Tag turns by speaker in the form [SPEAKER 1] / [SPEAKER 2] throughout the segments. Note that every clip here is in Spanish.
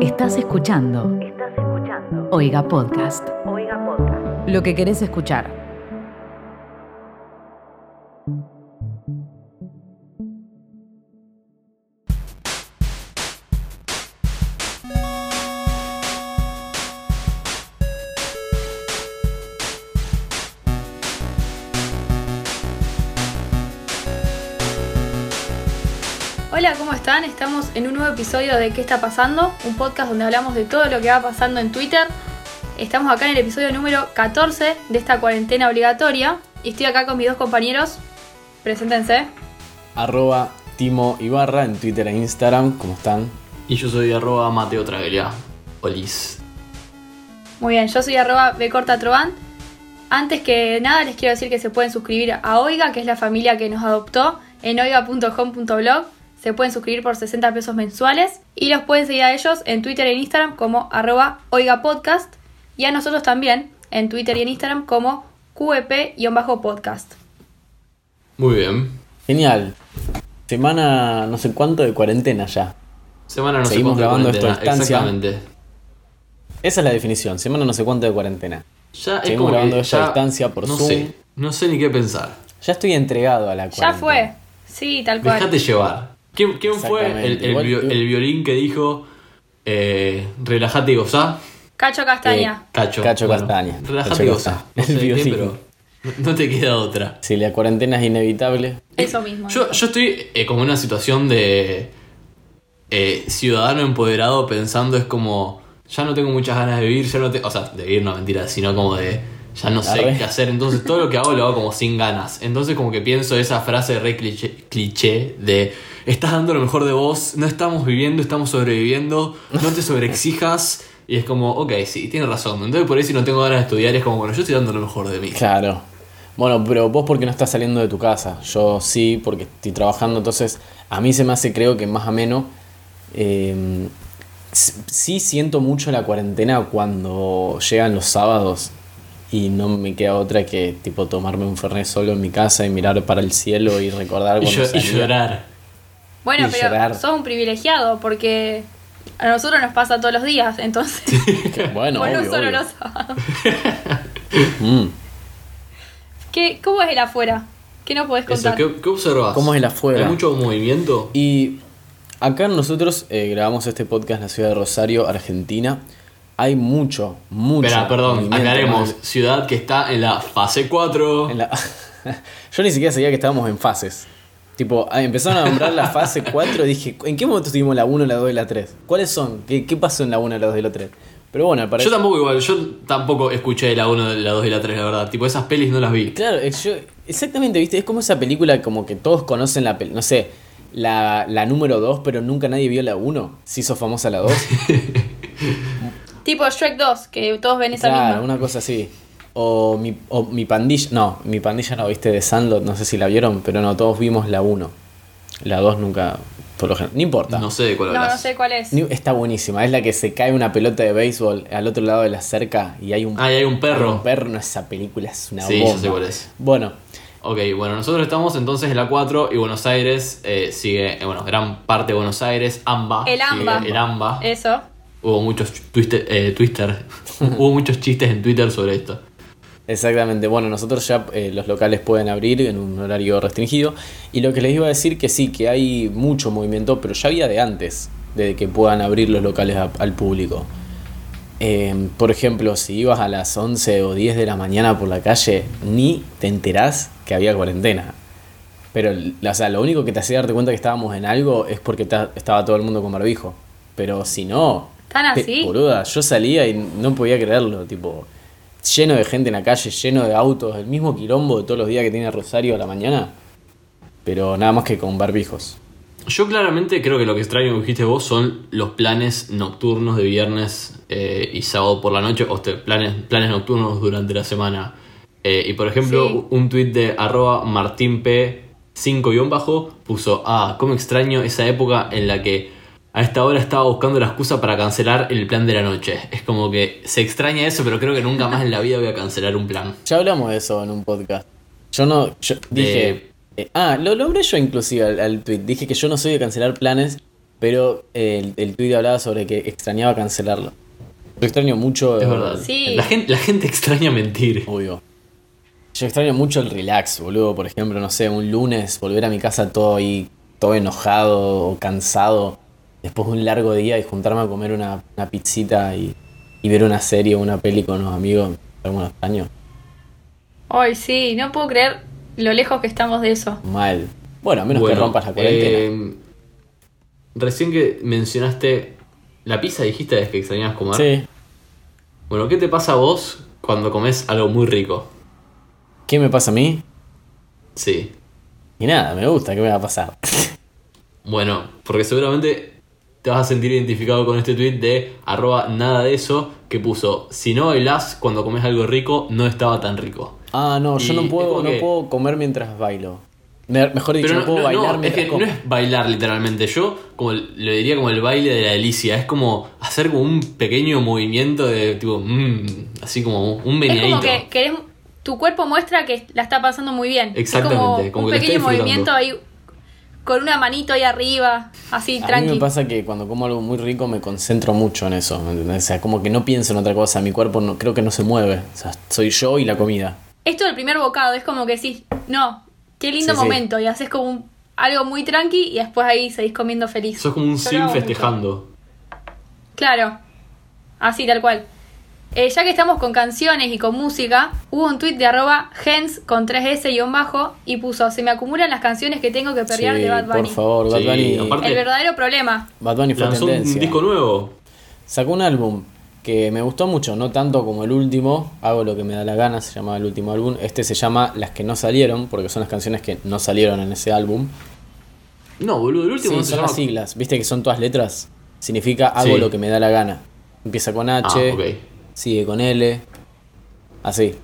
[SPEAKER 1] Estás escuchando. Estás escuchando. Oiga Podcast. Oiga Podcast. Lo que querés escuchar.
[SPEAKER 2] Hola, ¿cómo están? Estamos en un nuevo episodio de ¿Qué está pasando? Un podcast donde hablamos de todo lo que va pasando en Twitter. Estamos acá en el episodio número 14 de esta cuarentena obligatoria. Y estoy acá con mis dos compañeros. Preséntense.
[SPEAKER 3] arroba Timo Ibarra en Twitter e Instagram, ¿cómo están?
[SPEAKER 4] Y yo soy arroba Mateo Traglia. Olis.
[SPEAKER 2] Muy bien, yo soy arroba bcortatroban. Antes que nada les quiero decir que se pueden suscribir a Oiga, que es la familia que nos adoptó, en oiga.com.blog. Se pueden suscribir por 60 pesos mensuales y los pueden seguir a ellos en Twitter y en Instagram como arroba oigapodcast y a nosotros también en Twitter y en Instagram como E qep-podcast.
[SPEAKER 4] Muy bien.
[SPEAKER 3] Genial. Semana no sé cuánto de cuarentena ya.
[SPEAKER 4] Semana no sé
[SPEAKER 3] Seguimos
[SPEAKER 4] cuánto de
[SPEAKER 3] grabando esto a
[SPEAKER 4] cuarentena,
[SPEAKER 3] distancia.
[SPEAKER 4] Exactamente.
[SPEAKER 3] Esa es la definición, semana no sé cuánto de cuarentena.
[SPEAKER 4] Ya es
[SPEAKER 3] Seguimos
[SPEAKER 4] como
[SPEAKER 3] grabando
[SPEAKER 4] que
[SPEAKER 3] esto a
[SPEAKER 4] ya
[SPEAKER 3] distancia por
[SPEAKER 4] no
[SPEAKER 3] Zoom.
[SPEAKER 4] Sé, no sé ni qué pensar.
[SPEAKER 3] Ya estoy entregado a la
[SPEAKER 2] Ya
[SPEAKER 3] cuarentena.
[SPEAKER 2] fue. Sí, tal cual.
[SPEAKER 4] Dejate llevar. ¿Quién, quién fue el- el,
[SPEAKER 3] Exactamente.
[SPEAKER 4] vio- el violín que dijo eh, relajate y gozá?
[SPEAKER 2] Cacho Castaña.
[SPEAKER 4] Cacho.
[SPEAKER 3] Cacho Castaña. Cacho
[SPEAKER 4] Relajate y gozá.
[SPEAKER 3] Castaña.
[SPEAKER 4] No sé
[SPEAKER 3] El
[SPEAKER 4] de qué,
[SPEAKER 3] violín.
[SPEAKER 4] pero no- no te queda otra.
[SPEAKER 3] Si la cuarentena es inevitable,
[SPEAKER 2] Eso mismo.
[SPEAKER 4] Yo, yo estoy eh, como en una situación de eh, ciudadano empoderado pensando es como, ya no tengo muchas ganas de vivir, ya no te, o sea, de vivir no mentira, sino como de, ya no sé
[SPEAKER 3] Arre.
[SPEAKER 4] qué hacer, entonces todo lo que hago lo hago como sin ganas. Entonces como que pienso esa frase re cliché, cliché de, estás dando lo mejor de vos, no estamos viviendo, estamos sobreviviendo, no te sobreexijas. Y es como, ok, sí, tienes razón. Entonces por ahí si no tengo ganas de estudiar es como, bueno, yo estoy dando lo mejor de mí.
[SPEAKER 3] claro. Bueno, pero vos porque no estás saliendo de tu casa, yo sí, porque estoy trabajando, entonces a mí se me hace creo que más ameno. Eh, s- sí siento mucho la cuarentena cuando llegan los sábados y no me queda otra que tipo tomarme un fernet solo en mi casa y mirar para el cielo y recordar
[SPEAKER 4] Y,
[SPEAKER 3] cuando
[SPEAKER 4] yo- y
[SPEAKER 3] salía.
[SPEAKER 4] llorar.
[SPEAKER 2] bueno,
[SPEAKER 3] y
[SPEAKER 2] pero
[SPEAKER 3] llorar.
[SPEAKER 2] sos un privilegiado porque a nosotros nos pasa todos los días, entonces.
[SPEAKER 3] Que, Bueno,
[SPEAKER 2] vos no
[SPEAKER 3] obvio,
[SPEAKER 2] solo
[SPEAKER 3] obvio.
[SPEAKER 2] lo sabés.
[SPEAKER 3] Mm.
[SPEAKER 2] ¿Qué- ¿Cómo es el afuera? ¿Qué no podés
[SPEAKER 4] Eso,
[SPEAKER 2] contar?
[SPEAKER 4] ¿qué, ¿Qué observas?
[SPEAKER 3] ¿Cómo es el afuera?
[SPEAKER 4] ¿Hay mucho movimiento?
[SPEAKER 3] Y acá nosotros eh, grabamos este podcast en la ciudad de Rosario, Argentina. Hay mucho, mucho.
[SPEAKER 4] Espera, perdón,
[SPEAKER 3] movimiento,
[SPEAKER 4] aclaremos.
[SPEAKER 3] ¿no?
[SPEAKER 4] Ciudad que está en la fase 4.
[SPEAKER 3] En la- Yo ni siquiera sabía que estábamos en fases. Tipo, ah, empezaron a nombrar la fase 4. Dije, ¿en qué momento estuvimos la 1, la 2 y la 3? ¿Cuáles son? ¿Qué, qué pasó en la 1, la 2 y la 3? Pero bueno, al
[SPEAKER 4] Yo
[SPEAKER 3] parecer.
[SPEAKER 4] tampoco igual, yo tampoco escuché la 1, la 2 y la 3, la verdad. Tipo, esas pelis no las vi.
[SPEAKER 3] Claro, es- yo- exactamente, ¿viste? Es como esa película como que todos conocen la película. No sé, la, la número 2, pero nunca nadie vio la 1. Se hizo famosa la 2.
[SPEAKER 2] Tipo Shrek 2, que todos ven esa
[SPEAKER 3] Claro,
[SPEAKER 2] misma.
[SPEAKER 3] una cosa así. O mi, o mi pandilla, no, mi pandilla no viste de Sandlot, no sé si la vieron, pero no, todos vimos la 1. La 2 nunca, por lo general, no importa.
[SPEAKER 4] No sé de cuál
[SPEAKER 2] No,
[SPEAKER 4] hablas.
[SPEAKER 2] no sé cuál es.
[SPEAKER 3] Ni- Está buenísima, es la que se cae una pelota de béisbol al otro lado de la cerca y hay un,
[SPEAKER 4] Ah, y hay un
[SPEAKER 3] hay un
[SPEAKER 4] perro.
[SPEAKER 3] perro, no, esa película es una
[SPEAKER 4] Sí, yo
[SPEAKER 3] bomba.
[SPEAKER 4] sé cuál es.
[SPEAKER 3] Bueno,
[SPEAKER 4] Ok, bueno, nosotros estamos entonces en la 4 y Buenos Aires eh, sigue, eh, bueno, gran parte de Buenos Aires, AMBA.
[SPEAKER 2] El
[SPEAKER 4] sigue
[SPEAKER 2] AMBA. Eh.
[SPEAKER 4] El AMBA.
[SPEAKER 2] Eso.
[SPEAKER 4] Hubo muchos twister, eh, Twitter. Hubo muchos chistes en Twitter sobre esto.
[SPEAKER 3] Exactamente, bueno, nosotros ya eh, los locales pueden abrir en un horario restringido. Y lo que les iba a decir que sí, que hay mucho movimiento, pero ya había de antes, de que puedan abrir los locales a- al público. Eh, por ejemplo, si ibas a las 11 o 10 de la mañana por la calle, ni te enterás que había cuarentena. Pero, o sea, lo único que te hacía darte cuenta que estábamos en algo es porque ta- estaba todo el mundo con barbijo. Pero si no.
[SPEAKER 2] ¿Tan
[SPEAKER 3] te-
[SPEAKER 2] así?
[SPEAKER 3] boluda, yo salía y no podía creerlo, tipo. Lleno de gente en la calle, lleno de autos, el mismo quilombo de todos los días que tiene Rosario a la mañana. Pero nada más que con barbijos.
[SPEAKER 4] Yo claramente creo que lo que extraño que dijiste vos son los planes nocturnos de viernes eh, y sábado por la noche, o te- planes, planes nocturnos durante la semana. Eh, y por ejemplo,
[SPEAKER 2] Sí.
[SPEAKER 4] un tuit de arroba martinp5-bajo puso, ah, cómo extraño esa época en la que a esta hora estaba buscando la excusa para cancelar el plan de la noche. Es como que se extraña eso, pero creo que nunca más en la vida voy a cancelar un plan.
[SPEAKER 3] Ya hablamos de eso en un podcast. Yo no. Yo dije. eh, ah, lo logré yo inclusive al, al tweet. Dije que yo no soy de cancelar planes. Pero eh, el, el tweet hablaba sobre que extrañaba cancelarlo. Yo extraño mucho.
[SPEAKER 4] Es
[SPEAKER 3] eh,
[SPEAKER 4] verdad.
[SPEAKER 2] Sí.
[SPEAKER 4] La, gente, la gente extraña mentir.
[SPEAKER 3] Obvio. Yo extraño mucho el relax, boludo. Por ejemplo, no sé, un lunes volver a mi casa todo ahí, todo enojado o cansado. Después de un largo día y juntarme a comer una, una pizzita y, y ver una serie o una peli con los amigos. Algo lo extraño.
[SPEAKER 2] Ay, sí, no puedo creer lo lejos que estamos de eso.
[SPEAKER 3] Mal. Bueno, a menos que
[SPEAKER 4] Bueno,
[SPEAKER 3] rompas la cuarentena.
[SPEAKER 4] eh, recién que mencionaste la pizza, dijiste que extrañabas comer.
[SPEAKER 3] sí.
[SPEAKER 4] Bueno, ¿qué te pasa a vos cuando comes algo muy rico?
[SPEAKER 3] ¿Qué me pasa a mí?
[SPEAKER 4] Sí.
[SPEAKER 3] Y nada, me gusta, ¿qué me va a pasar?
[SPEAKER 4] Bueno, porque seguramente te vas a sentir identificado con este tweet de arroba nada de eso que puso, si no bailás cuando comes algo rico, no estaba tan rico.
[SPEAKER 3] Ah, no, yo
[SPEAKER 4] Y
[SPEAKER 3] no
[SPEAKER 4] es
[SPEAKER 3] puedo,
[SPEAKER 4] como
[SPEAKER 3] no
[SPEAKER 4] que-
[SPEAKER 3] puedo comer mientras bailo. Me- Mejor dicho,
[SPEAKER 4] Pero
[SPEAKER 3] no,
[SPEAKER 4] no,
[SPEAKER 3] puedo
[SPEAKER 4] no,
[SPEAKER 3] bailar
[SPEAKER 4] no, es
[SPEAKER 3] mientras
[SPEAKER 4] que
[SPEAKER 3] como.
[SPEAKER 4] no es bailar literalmente. Yo como lo diría como el baile de la delicia. Es como hacer como un pequeño movimiento de tipo, mm, así como un
[SPEAKER 2] Es como
[SPEAKER 4] meneadito.
[SPEAKER 2] que querés- tu cuerpo muestra que la está pasando muy bien. Es
[SPEAKER 4] Exactamente, como
[SPEAKER 2] un
[SPEAKER 4] que la está
[SPEAKER 2] pequeño
[SPEAKER 4] disfrutando.
[SPEAKER 2] movimiento ahí con una manito ahí arriba, así
[SPEAKER 3] A mí
[SPEAKER 2] tranqui.
[SPEAKER 3] me pasa que cuando como algo muy rico me concentro mucho en eso, ¿me entendés? O sea, como que no pienso en otra cosa, mi cuerpo no, creo que no se mueve. O sea, soy yo y la comida.
[SPEAKER 2] Esto del primer bocado es como que sí, no, qué lindo
[SPEAKER 3] Sí, sí.
[SPEAKER 2] momento y haces como un- algo muy tranqui y después ahí seguís comiendo feliz.
[SPEAKER 4] Sos como un
[SPEAKER 2] Yo lo
[SPEAKER 4] sim
[SPEAKER 2] hago
[SPEAKER 4] festejando.
[SPEAKER 2] mucho. Claro. Así tal cual. Eh, ya que estamos con canciones y con música, hubo un tweet de arroba gens con 3S guión bajo y puso, se me acumulan las canciones que tengo que perrear
[SPEAKER 3] Sí,
[SPEAKER 2] de Bad Bunny.
[SPEAKER 3] por favor, Bad
[SPEAKER 4] Sí,
[SPEAKER 3] Bunny.
[SPEAKER 4] aparte-
[SPEAKER 2] El verdadero problema.
[SPEAKER 3] Bad Bunny fue
[SPEAKER 4] Lanzó un
[SPEAKER 3] tendencia.
[SPEAKER 4] disco nuevo.
[SPEAKER 3] Sacó un álbum que me gustó mucho, no tanto como el último, hago lo que me da la gana, se llamaba el último álbum. Este se llama Las que no salieron, porque son las canciones que no salieron en ese álbum.
[SPEAKER 4] No, boludo, el
[SPEAKER 3] Sí,
[SPEAKER 4] último no
[SPEAKER 3] son
[SPEAKER 4] se
[SPEAKER 3] las
[SPEAKER 4] llama-
[SPEAKER 3] siglas, viste que son todas letras. Significa hago
[SPEAKER 4] Sí.
[SPEAKER 3] lo que me da la gana. Empieza con H,
[SPEAKER 4] Ah, ok.
[SPEAKER 3] sigue con L, así.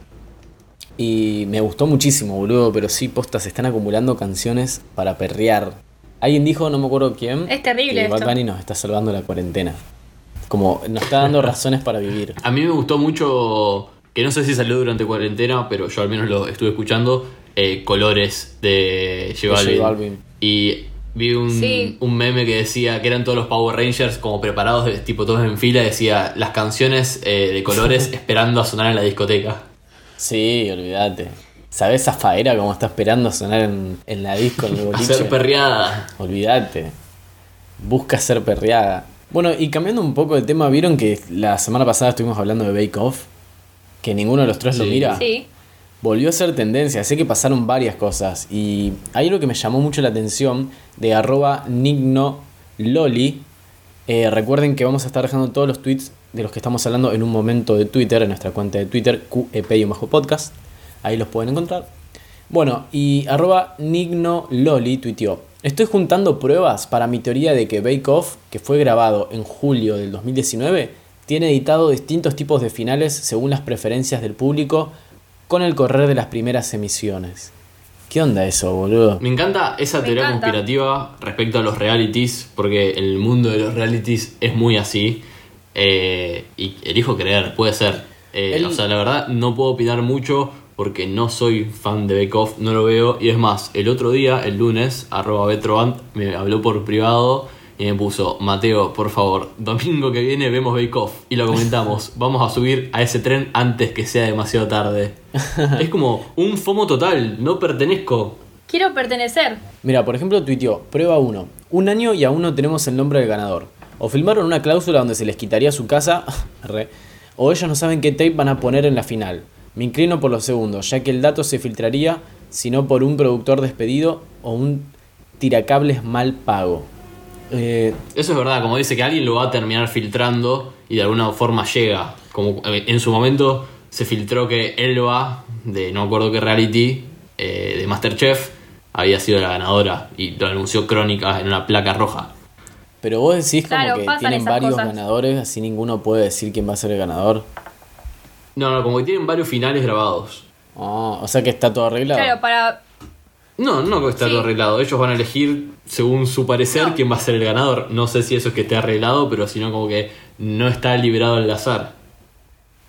[SPEAKER 3] Y me gustó muchísimo, boludo, pero sí, posta, se están acumulando canciones para perrear. Alguien dijo, no me acuerdo quién,
[SPEAKER 2] Es terrible
[SPEAKER 3] que Bad
[SPEAKER 2] esto.
[SPEAKER 3] Bunny nos está salvando la cuarentena. Como nos está dando razones para vivir.
[SPEAKER 4] A mí me gustó mucho, que no sé si salió durante cuarentena, pero yo al menos lo estuve escuchando, eh, Colores de
[SPEAKER 3] De
[SPEAKER 4] J
[SPEAKER 3] J
[SPEAKER 4] Balvin.
[SPEAKER 3] Balvin.
[SPEAKER 4] Y vi un,
[SPEAKER 2] Sí.
[SPEAKER 4] un meme que decía que eran todos los Power Rangers como preparados, de- tipo todos en fila, decía las canciones eh, de Colores esperando a sonar en la discoteca.
[SPEAKER 3] Sí, olvídate. ¿Sabés Zafaera cómo está esperando a sonar en, en la disco, en el
[SPEAKER 4] A
[SPEAKER 3] boliche?
[SPEAKER 4] ser perreada.
[SPEAKER 3] Olvídate. Busca ser perreada. Bueno, y cambiando un poco de tema, ¿vieron que la semana pasada estuvimos hablando de Bake Off? Que ninguno de los tres lo
[SPEAKER 4] Sí.
[SPEAKER 3] mira.
[SPEAKER 2] Sí.
[SPEAKER 3] Volvió a ser tendencia, sé que pasaron varias cosas. Y hay algo que me llamó mucho la atención de arroba nignololi. Eh, recuerden que vamos a estar dejando todos los tweets de los que estamos hablando en un momento de Twitter, en nuestra cuenta de Twitter, QEP y un bajo podcast. Ahí los pueden encontrar. Bueno, y arroba nignololi tuiteó. Estoy juntando pruebas para mi teoría de que Bake Off, que fue grabado en julio del 2019, tiene editado distintos tipos de finales según las preferencias del público con el correr de las primeras emisiones. ¿Qué onda eso, boludo?
[SPEAKER 4] Me encanta esa
[SPEAKER 2] Me
[SPEAKER 4] teoría
[SPEAKER 2] encanta.
[SPEAKER 4] conspirativa respecto a los realities, porque el mundo de los realities es muy así. eh, y elijo creer, puede ser. Eh,
[SPEAKER 3] El-
[SPEAKER 4] O sea, la verdad no puedo opinar mucho porque no soy fan de Bake Off, no lo veo. Y es más, el otro día, el lunes, arroba Betrovant me habló por privado y me puso, Mateo, por favor, domingo que viene vemos Bake Off y lo comentamos. Vamos a subir a ese tren antes que sea demasiado tarde. es como un FOMO total, no pertenezco.
[SPEAKER 2] Quiero pertenecer.
[SPEAKER 3] Mira, por ejemplo, tuiteó, prueba 1. Un año y aún no tenemos el nombre del ganador. O firmaron una cláusula donde se les quitaría su casa, re, o ellos no saben qué tape van a poner en la final. Me inclino por los segundos, ya que el dato se filtraría, si no por un productor despedido o un tiracables mal pago. Eh,
[SPEAKER 4] Eso es verdad, como dice que alguien lo va a terminar filtrando y de alguna forma llega. Como eh, en su momento se filtró que Elba, de no me acuerdo qué reality, eh, de Masterchef, había sido la ganadora y lo anunció Crónica en una placa roja.
[SPEAKER 3] pero vos decís
[SPEAKER 2] Claro,
[SPEAKER 3] como que
[SPEAKER 2] pasan
[SPEAKER 3] tienen
[SPEAKER 2] esas
[SPEAKER 3] varios
[SPEAKER 2] cosas.
[SPEAKER 3] ganadores, así ninguno puede decir quién va a ser el ganador.
[SPEAKER 4] No, no, como que tienen varios finales grabados.
[SPEAKER 3] Ah, o sea que está todo arreglado.
[SPEAKER 2] Claro, para.
[SPEAKER 4] No, no que está
[SPEAKER 2] Sí.
[SPEAKER 4] todo arreglado. Ellos van a elegir, según su parecer, quién va a ser el ganador. No sé si eso es que esté arreglado, pero sino como que no está liberado al azar.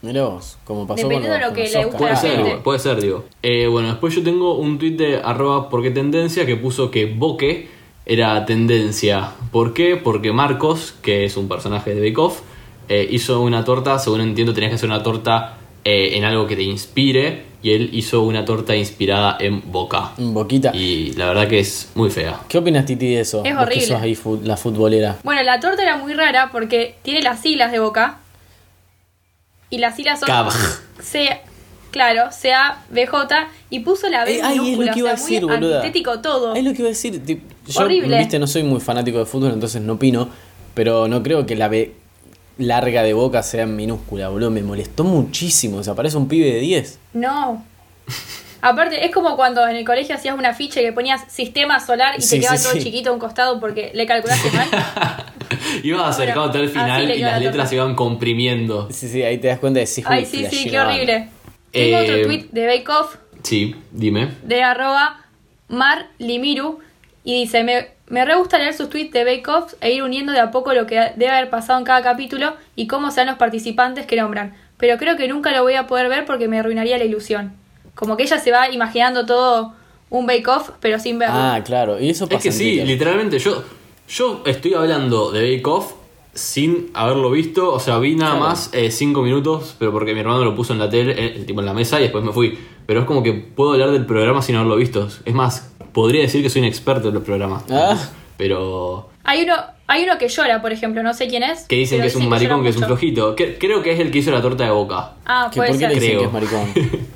[SPEAKER 3] Mirá vos, como pasó
[SPEAKER 2] Dependiendo de
[SPEAKER 3] con los,
[SPEAKER 2] lo
[SPEAKER 3] con
[SPEAKER 2] que
[SPEAKER 3] los
[SPEAKER 2] le
[SPEAKER 3] Oscars.
[SPEAKER 2] guste a
[SPEAKER 4] Puede
[SPEAKER 2] la
[SPEAKER 4] ser,
[SPEAKER 2] gente.
[SPEAKER 4] digo, puede ser, digo. Eh, bueno, después yo tengo un tweet de arroba porque tendencia que puso que Boque era tendencia. ¿Por qué? Porque Marcos, que es un personaje de Bake Off, eh, hizo una torta, según entiendo tenías que hacer una torta eh, en algo que te inspire, y él hizo una torta inspirada en Boca.
[SPEAKER 3] Boquita.
[SPEAKER 4] Y la verdad que es muy fea.
[SPEAKER 3] ¿Qué opinas, Titi, de eso?
[SPEAKER 2] Es
[SPEAKER 3] Vos que
[SPEAKER 2] horrible.
[SPEAKER 3] sos ahí fu- la futbolera.
[SPEAKER 2] Bueno, la torta era muy rara porque tiene las siglas de Boca. Y las siglas son
[SPEAKER 4] Cava.
[SPEAKER 2] C, claro, CA, BJ y puso la B
[SPEAKER 3] Eh, ay, es lo
[SPEAKER 2] minúscula,
[SPEAKER 3] que iba a
[SPEAKER 2] o sea, muy
[SPEAKER 3] decir, boluda.
[SPEAKER 2] antitético todo.
[SPEAKER 3] Es lo que iba a decir. ti- Yo,
[SPEAKER 2] Horrible.
[SPEAKER 3] viste, no soy muy fanático de fútbol, entonces no opino. Pero no creo que la B larga de boca sea minúscula, boludo. Me molestó muchísimo. O sea, parece un pibe de 10.
[SPEAKER 2] No. Aparte, es como cuando en el colegio hacías una ficha y le ponías sistema solar y
[SPEAKER 3] Sí,
[SPEAKER 2] te quedaba
[SPEAKER 3] sí,
[SPEAKER 2] todo
[SPEAKER 3] sí.
[SPEAKER 2] chiquito a un costado porque le calculaste mal.
[SPEAKER 4] Ibas acercándote al
[SPEAKER 2] Bueno, así
[SPEAKER 4] final
[SPEAKER 2] le
[SPEAKER 4] y
[SPEAKER 2] quedó la
[SPEAKER 4] las
[SPEAKER 2] torta.
[SPEAKER 4] letras se iban comprimiendo.
[SPEAKER 3] Sí, sí, ahí te das cuenta de si
[SPEAKER 2] Ay, sí, sí, qué horrible.
[SPEAKER 4] Eh,
[SPEAKER 2] Tengo otro tweet de Bake Off
[SPEAKER 4] Sí, dime.
[SPEAKER 2] de arroba marlimiru y dice, me, me re gusta leer sus tweets de Bake Off e ir uniendo de a poco lo que debe haber pasado en cada capítulo y cómo sean los participantes que nombran. Pero creo que nunca lo voy a poder ver porque me arruinaría la ilusión. Como que ella se va imaginando todo un Bake Off, pero sin verlo.
[SPEAKER 3] Ah, claro. Y eso pasa
[SPEAKER 4] Es que
[SPEAKER 3] en
[SPEAKER 4] sí,
[SPEAKER 3] Twitter.
[SPEAKER 4] literalmente yo, yo estoy hablando de Bake Off sin haberlo visto, o sea, vi nada
[SPEAKER 3] Claro.
[SPEAKER 4] más eh, cinco minutos, pero porque mi hermano lo puso en la tele, eh, el tipo en la mesa y después me fui. Pero es como que puedo hablar del programa sin haberlo visto. Es más, podría decir que soy un experto en los programas.
[SPEAKER 3] Ah.
[SPEAKER 4] Pero
[SPEAKER 2] Hay uno, hay uno que llora, por ejemplo, no sé quién es.
[SPEAKER 4] que dicen
[SPEAKER 2] pero
[SPEAKER 4] que es un
[SPEAKER 2] llora
[SPEAKER 4] maricón, que es un
[SPEAKER 2] mucho.
[SPEAKER 4] flojito. Que- creo que es el que hizo la torta de boca.
[SPEAKER 2] Ah,
[SPEAKER 3] ¿Que
[SPEAKER 2] puede
[SPEAKER 3] ¿Por qué
[SPEAKER 2] ser.
[SPEAKER 3] le dicen
[SPEAKER 4] Creo.
[SPEAKER 3] que es maricón?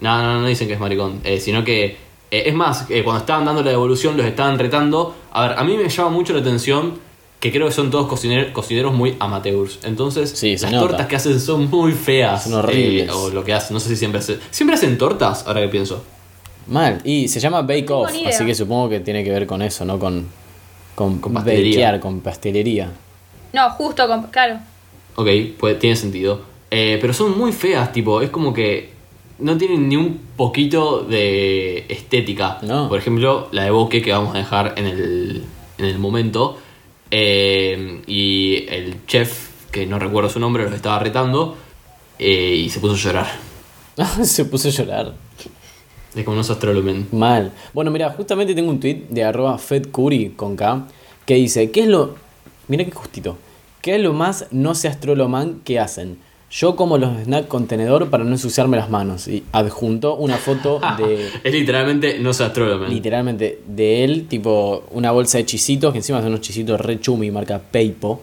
[SPEAKER 4] No, no, no dicen que es maricón, eh, sino que... eh, es más, eh, cuando estaban dando la devolución los estaban retando. A ver, a mí me llama mucho la atención que creo que son todos cociner- cocineros muy amateurs. Entonces,
[SPEAKER 3] Sí, se
[SPEAKER 4] las
[SPEAKER 3] nota.
[SPEAKER 4] tortas que hacen son muy feas. Eh,
[SPEAKER 3] Son horribles.
[SPEAKER 4] o lo que hacen, no sé si siempre hacen... ¿Siempre hacen tortas? Ahora que pienso.
[SPEAKER 3] Mal. Y se llama Bake
[SPEAKER 2] tengo
[SPEAKER 3] Off,
[SPEAKER 2] ni idea.
[SPEAKER 3] así que supongo que tiene que ver con eso, ¿no? Con, con,
[SPEAKER 4] Con pastelería.
[SPEAKER 3] bakear, con pastelería.
[SPEAKER 2] No, justo, con- claro.
[SPEAKER 4] Ok, pues tiene sentido. Eh, pero son muy feas, tipo, es como que no tienen ni un poquito de estética.
[SPEAKER 3] No.
[SPEAKER 4] Por ejemplo, la de Boque que vamos a dejar en el, en el momento. Eh, y el chef, que no recuerdo su nombre, los estaba retando. eh, y se puso a llorar.
[SPEAKER 3] se puso a llorar.
[SPEAKER 4] Es como unos astrolumen.
[SPEAKER 3] Mal. Bueno, mira, justamente tengo un tweet de arroba FedCuri con K que dice, ¿qué es lo... Mira qué justito. ¿Qué es lo más no se astroloman que hacen? Yo como los snacks con tenedor para no ensuciarme las manos. Y adjunto una foto de...
[SPEAKER 4] es literalmente no se astrolumen.
[SPEAKER 3] literalmente de él, tipo una bolsa de chisitos, que encima son unos chisitos re chumi, marca Peipo,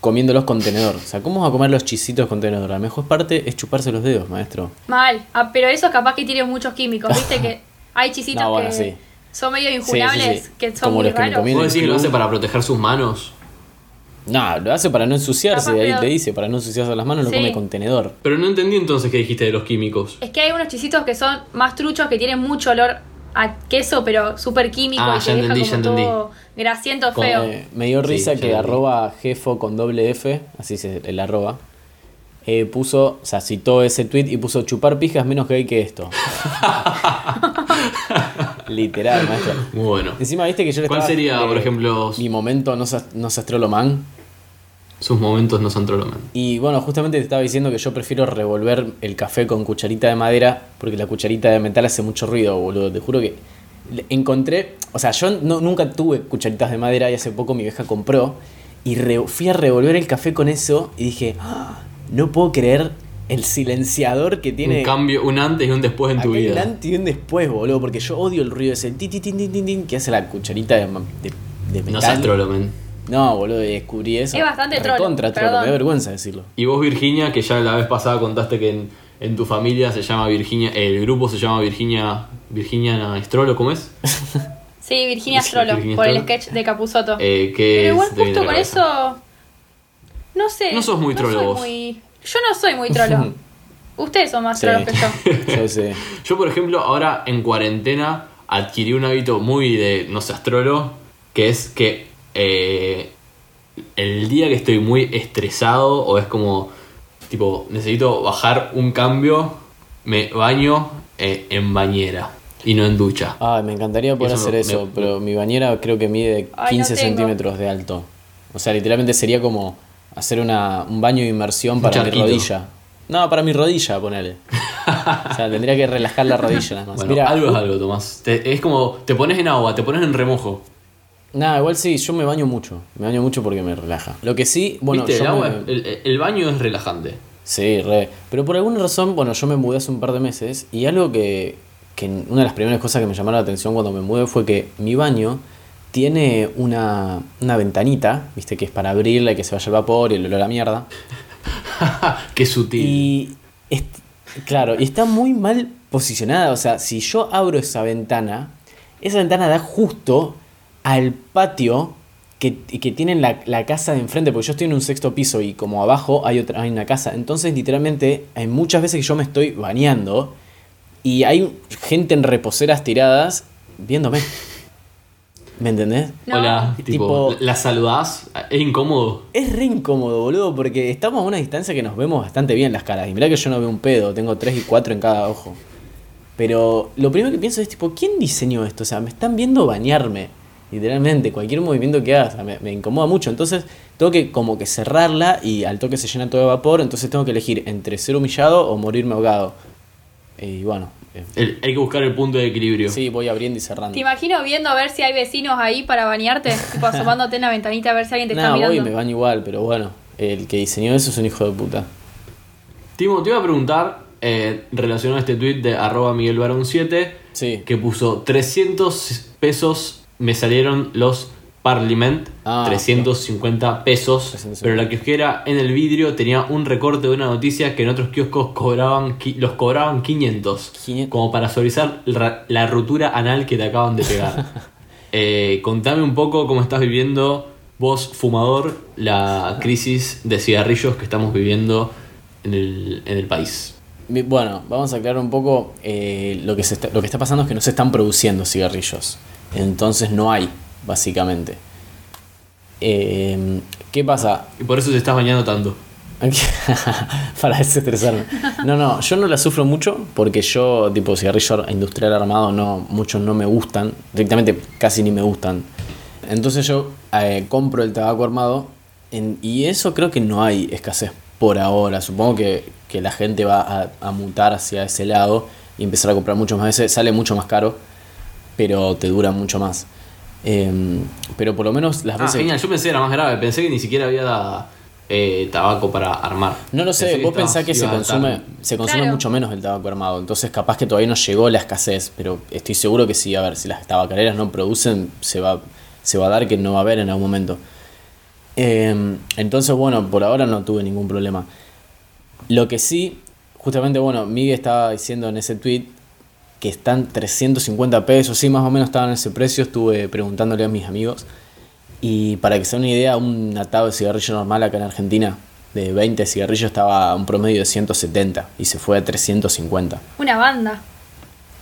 [SPEAKER 3] comiéndolos con tenedor. O sea, ¿cómo vas a comer los chisitos con tenedor? La mejor parte es chuparse los dedos, maestro.
[SPEAKER 2] Mal. Ah, pero esos capaz que tienen muchos químicos, viste que hay chisitos
[SPEAKER 3] No, bueno,
[SPEAKER 2] que
[SPEAKER 3] sí.
[SPEAKER 2] son medio
[SPEAKER 3] sí,
[SPEAKER 2] injurables,
[SPEAKER 3] sí.
[SPEAKER 2] que son
[SPEAKER 3] Como
[SPEAKER 2] muy
[SPEAKER 3] los que me
[SPEAKER 2] raros.
[SPEAKER 3] comí.
[SPEAKER 4] ¿Vos decís que lo hace para proteger sus manos?
[SPEAKER 3] No, lo hace para no ensuciarse,
[SPEAKER 2] Capaz
[SPEAKER 3] de ahí
[SPEAKER 2] peor.
[SPEAKER 3] te dice, para no ensuciarse las manos lo
[SPEAKER 2] Sí.
[SPEAKER 3] come con tenedor.
[SPEAKER 4] Pero no entendí entonces qué dijiste de los químicos.
[SPEAKER 2] Es que hay unos chisitos que son más truchos, que tienen mucho olor a queso, pero súper químico
[SPEAKER 4] Ah,
[SPEAKER 2] y
[SPEAKER 4] ya
[SPEAKER 2] que deja
[SPEAKER 4] entendí, ya
[SPEAKER 2] como
[SPEAKER 4] entendí.
[SPEAKER 2] todo grasiento
[SPEAKER 3] Con-
[SPEAKER 2] feo.
[SPEAKER 3] eh, me dio
[SPEAKER 4] Sí,
[SPEAKER 3] risa
[SPEAKER 4] ya
[SPEAKER 3] que
[SPEAKER 4] lo vi.
[SPEAKER 3] arroba jefo con doble F, así es el arroba, eh, puso, o sea, citó ese tweet y puso chupar pijas menos gay que esto. Literal, maestro.
[SPEAKER 4] Muy bueno.
[SPEAKER 3] Encima viste que yo le
[SPEAKER 4] ¿Cuál
[SPEAKER 3] estaba-
[SPEAKER 4] sería,
[SPEAKER 3] eh,
[SPEAKER 4] por ejemplo,
[SPEAKER 3] mi momento no, sa- no sastroloman?
[SPEAKER 4] sus momentos no se astrolumen?
[SPEAKER 3] Y bueno, justamente te estaba diciendo que yo prefiero revolver el café con cucharita de madera porque la cucharita de metal hace mucho ruido, boludo. Te juro que le- encontré, o sea, yo no- nunca tuve cucharitas de madera y hace poco mi vieja compró y re- fui a revolver el café con eso y dije, "Ah, no puedo creer el silenciador que tiene
[SPEAKER 4] Un cambio, un antes y un después en tu
[SPEAKER 3] Acá hay
[SPEAKER 4] vida.
[SPEAKER 3] Un antes y un después, boludo, porque yo odio el ruido ese ti, ti, tin, tin, tin, tin, que hace la cucharita de, ma- de, de metal.
[SPEAKER 4] No seas trolo, men.
[SPEAKER 3] No, boludo, y descubrí eso.
[SPEAKER 2] Es bastante trolo,
[SPEAKER 3] Contra
[SPEAKER 2] perdón.
[SPEAKER 3] me da vergüenza decirlo.
[SPEAKER 4] Y vos, Virginia, que ya la vez pasada contaste que en, en tu familia se llama Virginia, el grupo se llama Virginia, Virginia Estrolo, ¿cómo es?
[SPEAKER 2] Sí, Virginia
[SPEAKER 4] Sí,
[SPEAKER 2] Strollo,
[SPEAKER 4] Virginia
[SPEAKER 2] por el
[SPEAKER 4] Strollo.
[SPEAKER 2] sketch de Capuzoto.
[SPEAKER 4] Eh, que
[SPEAKER 2] pero igual
[SPEAKER 4] se te viene
[SPEAKER 2] justo
[SPEAKER 4] a la
[SPEAKER 2] con
[SPEAKER 4] cabeza.
[SPEAKER 2] eso... No sé.
[SPEAKER 4] No sos muy trolo
[SPEAKER 2] soy
[SPEAKER 4] vos.
[SPEAKER 2] muy- Yo no soy muy trolo. Ustedes son más
[SPEAKER 3] Sí.
[SPEAKER 2] trolos que yo.
[SPEAKER 3] Yo sé.
[SPEAKER 4] Yo, por ejemplo, ahora en cuarentena adquirí un hábito muy de, no sé, astrolo, que es que eh, el día que estoy muy estresado o es como, tipo, necesito bajar un cambio, me baño eh, en bañera y no en ducha.
[SPEAKER 3] Ay, Ah, me encantaría poder
[SPEAKER 4] Eso
[SPEAKER 3] hacer
[SPEAKER 4] me-
[SPEAKER 3] eso,
[SPEAKER 4] me-
[SPEAKER 3] pero mi bañera creo que mide 15
[SPEAKER 2] Ay, no tengo.
[SPEAKER 3] centímetros de alto. O sea, literalmente sería como hacer una, un baño de inmersión para mi
[SPEAKER 4] charquito.
[SPEAKER 3] rodilla. No, para mi rodilla, ponele. o sea, tendría que relajar la rodilla nada más.
[SPEAKER 4] Bueno,
[SPEAKER 3] Mira,
[SPEAKER 4] algo es algo, Tomás. Te- es como, te pones en agua, te pones en remojo.
[SPEAKER 3] Nada, igual sí, yo me baño mucho. Me baño mucho porque me relaja. Lo que sí, bueno,
[SPEAKER 4] ¿Viste?
[SPEAKER 3] yo
[SPEAKER 4] El, agua
[SPEAKER 3] me-
[SPEAKER 4] es- el- el baño es relajante.
[SPEAKER 3] Sí, re. Pero por alguna razón, bueno, yo me mudé hace un par de meses y algo que, que una de las primeras cosas que me llamaron la atención cuando me mudé fue que mi baño tiene una, una ventanita, viste, que es para abrirla y que se vaya el vapor y el olor a mierda.
[SPEAKER 4] Qué sutil.
[SPEAKER 3] Y es- claro, y está muy mal posicionada. O sea, si yo abro esa ventana, esa ventana da justo al patio que, que tiene la, la casa de enfrente, porque yo estoy en un sexto piso y como abajo hay otra, hay una casa. Entonces, literalmente, hay muchas veces que yo me estoy bañando y hay gente en reposeras tiradas viéndome. ¿Me entendés?
[SPEAKER 2] No.
[SPEAKER 4] Hola, tipo,
[SPEAKER 3] Tipo-
[SPEAKER 4] la saludás, es incómodo.
[SPEAKER 3] Es re incómodo, boludo, porque estamos a una distancia que nos vemos bastante bien las caras. Y mirá que yo no veo un pedo, tengo tres y cuatro en cada ojo. Pero lo primero que pienso es, tipo, ¿quién diseñó esto? O sea, me están viendo bañarme. Literalmente, cualquier movimiento que hagas me, me incomoda mucho. Entonces, tengo que como que cerrarla y al toque se llena todo de vapor. Entonces, tengo que elegir entre ser humillado o morirme ahogado. Y bueno, eh,
[SPEAKER 4] El- hay que buscar el punto de equilibrio.
[SPEAKER 3] sí, voy abriendo y cerrando.
[SPEAKER 2] ¿Te imagino viendo a ver si hay vecinos ahí para bañarte? tipo asomándote en la ventanita a ver si alguien te está
[SPEAKER 3] Nada, voy y
[SPEAKER 2] mirando.
[SPEAKER 3] me baño igual, pero bueno, el que diseñó eso es un hijo de puta.
[SPEAKER 4] Timo, te iba a preguntar, eh, relacionado a este tweet de arroba Miguel 7,
[SPEAKER 3] Sí.
[SPEAKER 4] que puso 300 pesos, me salieron los Parliament,
[SPEAKER 3] Ah,
[SPEAKER 4] 350 pesos,
[SPEAKER 3] 350.
[SPEAKER 4] pero la kiosquera en el vidrio tenía un recorte de una noticia que en otros kioscos cobraban qui- los cobraban 500,
[SPEAKER 3] 500.
[SPEAKER 4] como para suavizar la, la rotura anal que te acaban de pegar. Eh, contame un poco cómo estás viviendo vos, fumador, la crisis de cigarrillos que estamos viviendo en el, en el país.
[SPEAKER 3] Mi- Bueno, vamos a aclarar un poco. eh, lo, que se está, lo que está pasando es que no se están produciendo cigarrillos. Entonces no hay, básicamente. Eh, ¿Qué pasa?
[SPEAKER 4] Y por eso te estás bañando tanto.
[SPEAKER 3] Para desestresarme. No, no, yo no la sufro mucho porque yo, tipo, cigarrillo industrial armado, no, muchos no me gustan. Directamente casi ni me gustan. Entonces yo eh, compro el tabaco armado en- y eso creo que no hay escasez por ahora. Supongo que, que la gente va a, a mutar hacia ese lado y empezar a comprar mucho más veces. Sale mucho más caro, pero te dura mucho más. Em, pero por lo menos las
[SPEAKER 4] Ah,
[SPEAKER 3] veces...
[SPEAKER 4] genial, yo pensé que era más grave, pensé que ni siquiera había eh, tabaco para armar.
[SPEAKER 3] No lo sé,
[SPEAKER 4] Pensé que
[SPEAKER 3] vos pensás
[SPEAKER 4] estabas-
[SPEAKER 3] que se
[SPEAKER 4] iba a estar-
[SPEAKER 3] consume, se consume
[SPEAKER 2] Claro.
[SPEAKER 3] mucho menos el tabaco armado, entonces capaz que todavía no llegó la escasez, pero estoy seguro que sí, a ver, si las tabacaleras no producen, se va, se va a dar que no va a haber en algún momento. Eh, entonces, bueno, por ahora no tuve ningún problema. Lo que sí, justamente, bueno, Miguel estaba diciendo en ese tweet que están 350 pesos, sí, más o menos estaban en ese precio, estuve preguntándole a mis amigos. Y para que se den una idea, un atado de cigarrillo normal acá en Argentina, de 20 cigarrillos, estaba a un promedio de 170 y se fue a 350.
[SPEAKER 2] Una banda.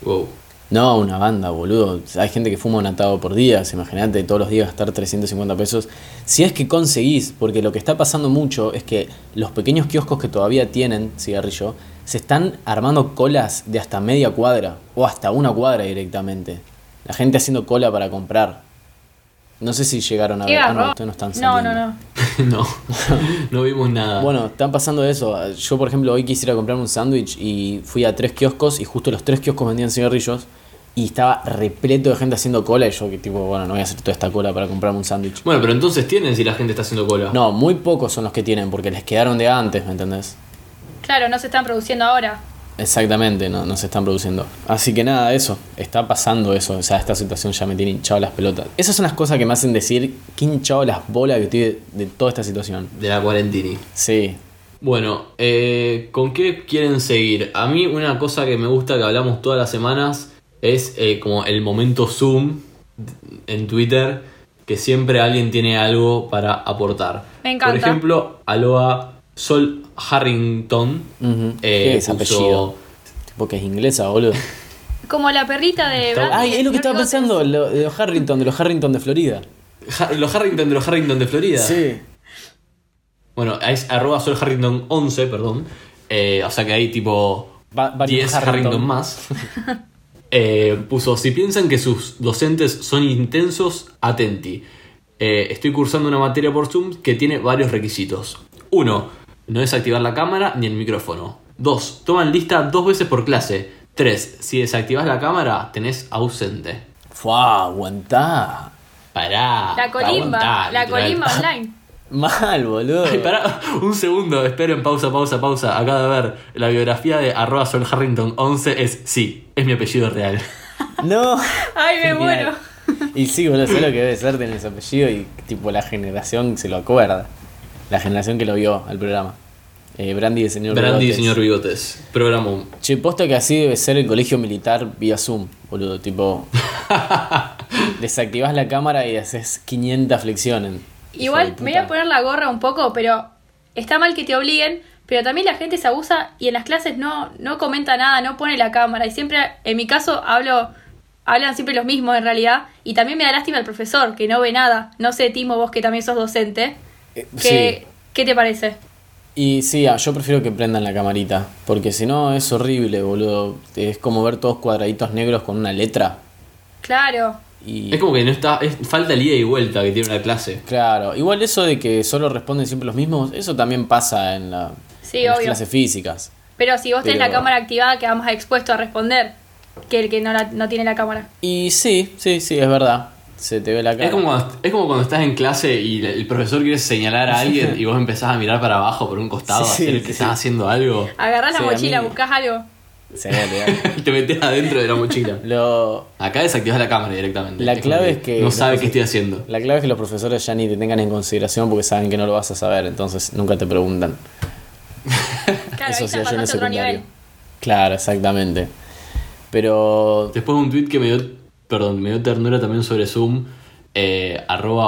[SPEAKER 4] Wow.
[SPEAKER 3] No, una banda, boludo. Hay gente que fuma un atado por día. Imagínate todos los días gastar 350 pesos. Si es que conseguís, porque lo que está pasando mucho es que los pequeños kioscos que todavía tienen cigarrillo se están armando colas de hasta media cuadra o hasta una cuadra directamente. La gente haciendo cola para comprar. No sé si llegaron a
[SPEAKER 2] Qué
[SPEAKER 3] ver. Ah, no,
[SPEAKER 2] garrón.
[SPEAKER 3] ustedes no están
[SPEAKER 2] no,
[SPEAKER 3] saliendo.
[SPEAKER 2] no, no.
[SPEAKER 4] no, no vimos nada.
[SPEAKER 3] Bueno, están pasando eso. Yo, por ejemplo, hoy quisiera comprarme un sándwich y fui a tres kioscos y justo los tres kioscos vendían cigarrillos y estaba repleto de gente haciendo cola y yo que tipo, bueno, no voy a hacer toda esta cola para comprarme un sándwich.
[SPEAKER 4] Bueno, pero entonces tienen si la gente está haciendo cola.
[SPEAKER 3] No, muy pocos son los que tienen porque les quedaron de antes, ¿me entendés?
[SPEAKER 2] Claro, no se están produciendo ahora.
[SPEAKER 3] Exactamente, no, no se están produciendo. Así que nada, eso, está pasando eso, o sea, esta situación ya me tiene hinchado las pelotas. Esas son las cosas que me hacen decir que hinchado las bolas que estoy de, de toda esta situación.
[SPEAKER 4] De la cuarentini.
[SPEAKER 3] Sí,
[SPEAKER 4] Bueno, eh, ¿con qué quieren seguir? A mí una cosa que me gusta que hablamos todas las semanas es eh, como el momento Zoom en Twitter, que siempre alguien tiene algo para aportar.
[SPEAKER 2] Me encanta.
[SPEAKER 4] Por ejemplo, Aloha Sol Harrington.
[SPEAKER 3] Ujú.
[SPEAKER 4] eh,
[SPEAKER 3] ¿Qué es
[SPEAKER 4] puso-
[SPEAKER 3] apellido? porque es inglesa, boludo.
[SPEAKER 2] Como la perrita de
[SPEAKER 4] Está-
[SPEAKER 2] Brandy,
[SPEAKER 3] Ay, es lo
[SPEAKER 2] señor
[SPEAKER 3] que estaba
[SPEAKER 2] Bigotes.
[SPEAKER 3] pensando, lo- de los Harrington, de los Harrington de Florida.
[SPEAKER 4] Ja- los Harrington de los Harrington de Florida.
[SPEAKER 3] Sí.
[SPEAKER 4] Bueno, es arroba Sol Harrington 11, perdón. Eh, o sea que hay tipo
[SPEAKER 3] Va- varios
[SPEAKER 4] 10
[SPEAKER 3] Harrington.
[SPEAKER 4] Harrington, más. Eh, puso, si piensan que sus docentes son intensos, atenti. Eh, estoy cursando una materia por Zoom que tiene varios requisitos. Uno, no desactivar la cámara ni el micrófono. 2. Toman lista dos veces por clase. 3. Si desactivas la cámara, tenés ausente.
[SPEAKER 3] Fua, aguantá.
[SPEAKER 4] Pará.
[SPEAKER 2] La colimba,
[SPEAKER 4] aguantá,
[SPEAKER 2] la
[SPEAKER 4] literal.
[SPEAKER 2] colimba online.
[SPEAKER 3] Mal, boludo.
[SPEAKER 4] Ay, pará, un segundo, esperen, pausa, pausa, pausa. Acabo de ver, la biografía de arroba Sol Harrington 11 es sí, es mi apellido real.
[SPEAKER 3] No.
[SPEAKER 2] Ay, me
[SPEAKER 3] Genial.
[SPEAKER 2] muero.
[SPEAKER 3] Y sí, boludo, sé lo que debe ser tener ese apellido y tipo la generación se lo acuerda. La generación que lo vio al programa. Eh, Brandy y señor
[SPEAKER 4] Brandy y
[SPEAKER 3] Bigotes.
[SPEAKER 4] señor Bigotes, programa
[SPEAKER 3] Che, posta que así debe ser el colegio militar vía Zoom, boludo. Tipo. desactivás la cámara y haces 500 flexiones.
[SPEAKER 2] Igual
[SPEAKER 3] Hijo de
[SPEAKER 2] me voy a
[SPEAKER 3] puta.
[SPEAKER 2] poner la gorra un poco, pero está mal que te obliguen, pero también la gente se abusa y en las clases no, no comenta nada, no pone la cámara y siempre, en mi caso, hablo, hablan siempre los mismos en realidad y también me da lástima el profesor que no ve nada. No sé, Timo, vos que también sos docente,
[SPEAKER 3] Eh,
[SPEAKER 2] ¿qué,
[SPEAKER 3] sí.
[SPEAKER 2] qué te parece?
[SPEAKER 3] Y sí, ah, yo prefiero que prendan la camarita. Porque si no, es horrible, boludo. Es como ver todos cuadraditos negros con una letra.
[SPEAKER 2] Claro,
[SPEAKER 3] Y.
[SPEAKER 4] Es como que no está, es falta el ida y vuelta que tiene una clase.
[SPEAKER 3] Claro, igual eso de que solo responden siempre los mismos, eso también pasa en, la,
[SPEAKER 2] Sí,
[SPEAKER 3] en las
[SPEAKER 2] obvio.
[SPEAKER 3] clases físicas.
[SPEAKER 2] pero si vos tenés
[SPEAKER 3] Pero-
[SPEAKER 2] la cámara activada quedás más expuesto a responder que el que no, la- no tiene la cámara.
[SPEAKER 3] Y sí, sí, sí, es verdad. Se te ve la cara.
[SPEAKER 4] Es como, cuando- es como cuando estás en clase y el profesor quiere señalar a alguien y vos empezás a mirar para abajo por un costado,
[SPEAKER 3] Sí,
[SPEAKER 4] a hacer
[SPEAKER 3] sí,
[SPEAKER 4] que
[SPEAKER 3] sí.
[SPEAKER 4] estás haciendo algo.
[SPEAKER 2] Agarrás
[SPEAKER 3] Sí,
[SPEAKER 2] la
[SPEAKER 3] a
[SPEAKER 2] mochila,
[SPEAKER 3] mí-
[SPEAKER 2] buscás algo.
[SPEAKER 3] Se ve, te da.
[SPEAKER 4] Te metes adentro de la mochila.
[SPEAKER 3] Lo-
[SPEAKER 4] Acá desactivas la cámara directamente.
[SPEAKER 3] La
[SPEAKER 4] Es como
[SPEAKER 3] clave es que-
[SPEAKER 4] No sabe qué estoy haciendo.
[SPEAKER 3] la clave es que los profesores ya ni te tengan en consideración porque saben que no lo vas a saber, entonces nunca te preguntan.
[SPEAKER 2] Claro,
[SPEAKER 3] Eso
[SPEAKER 2] ahí
[SPEAKER 3] sí,
[SPEAKER 2] ya
[SPEAKER 3] yo en
[SPEAKER 2] pasaste
[SPEAKER 3] el
[SPEAKER 2] a otro
[SPEAKER 3] secundario.
[SPEAKER 2] nivel.
[SPEAKER 3] Claro, exactamente. Pero
[SPEAKER 4] Después un tweet que me dio, perdón, me dio ternura también sobre Zoom, eh, arroba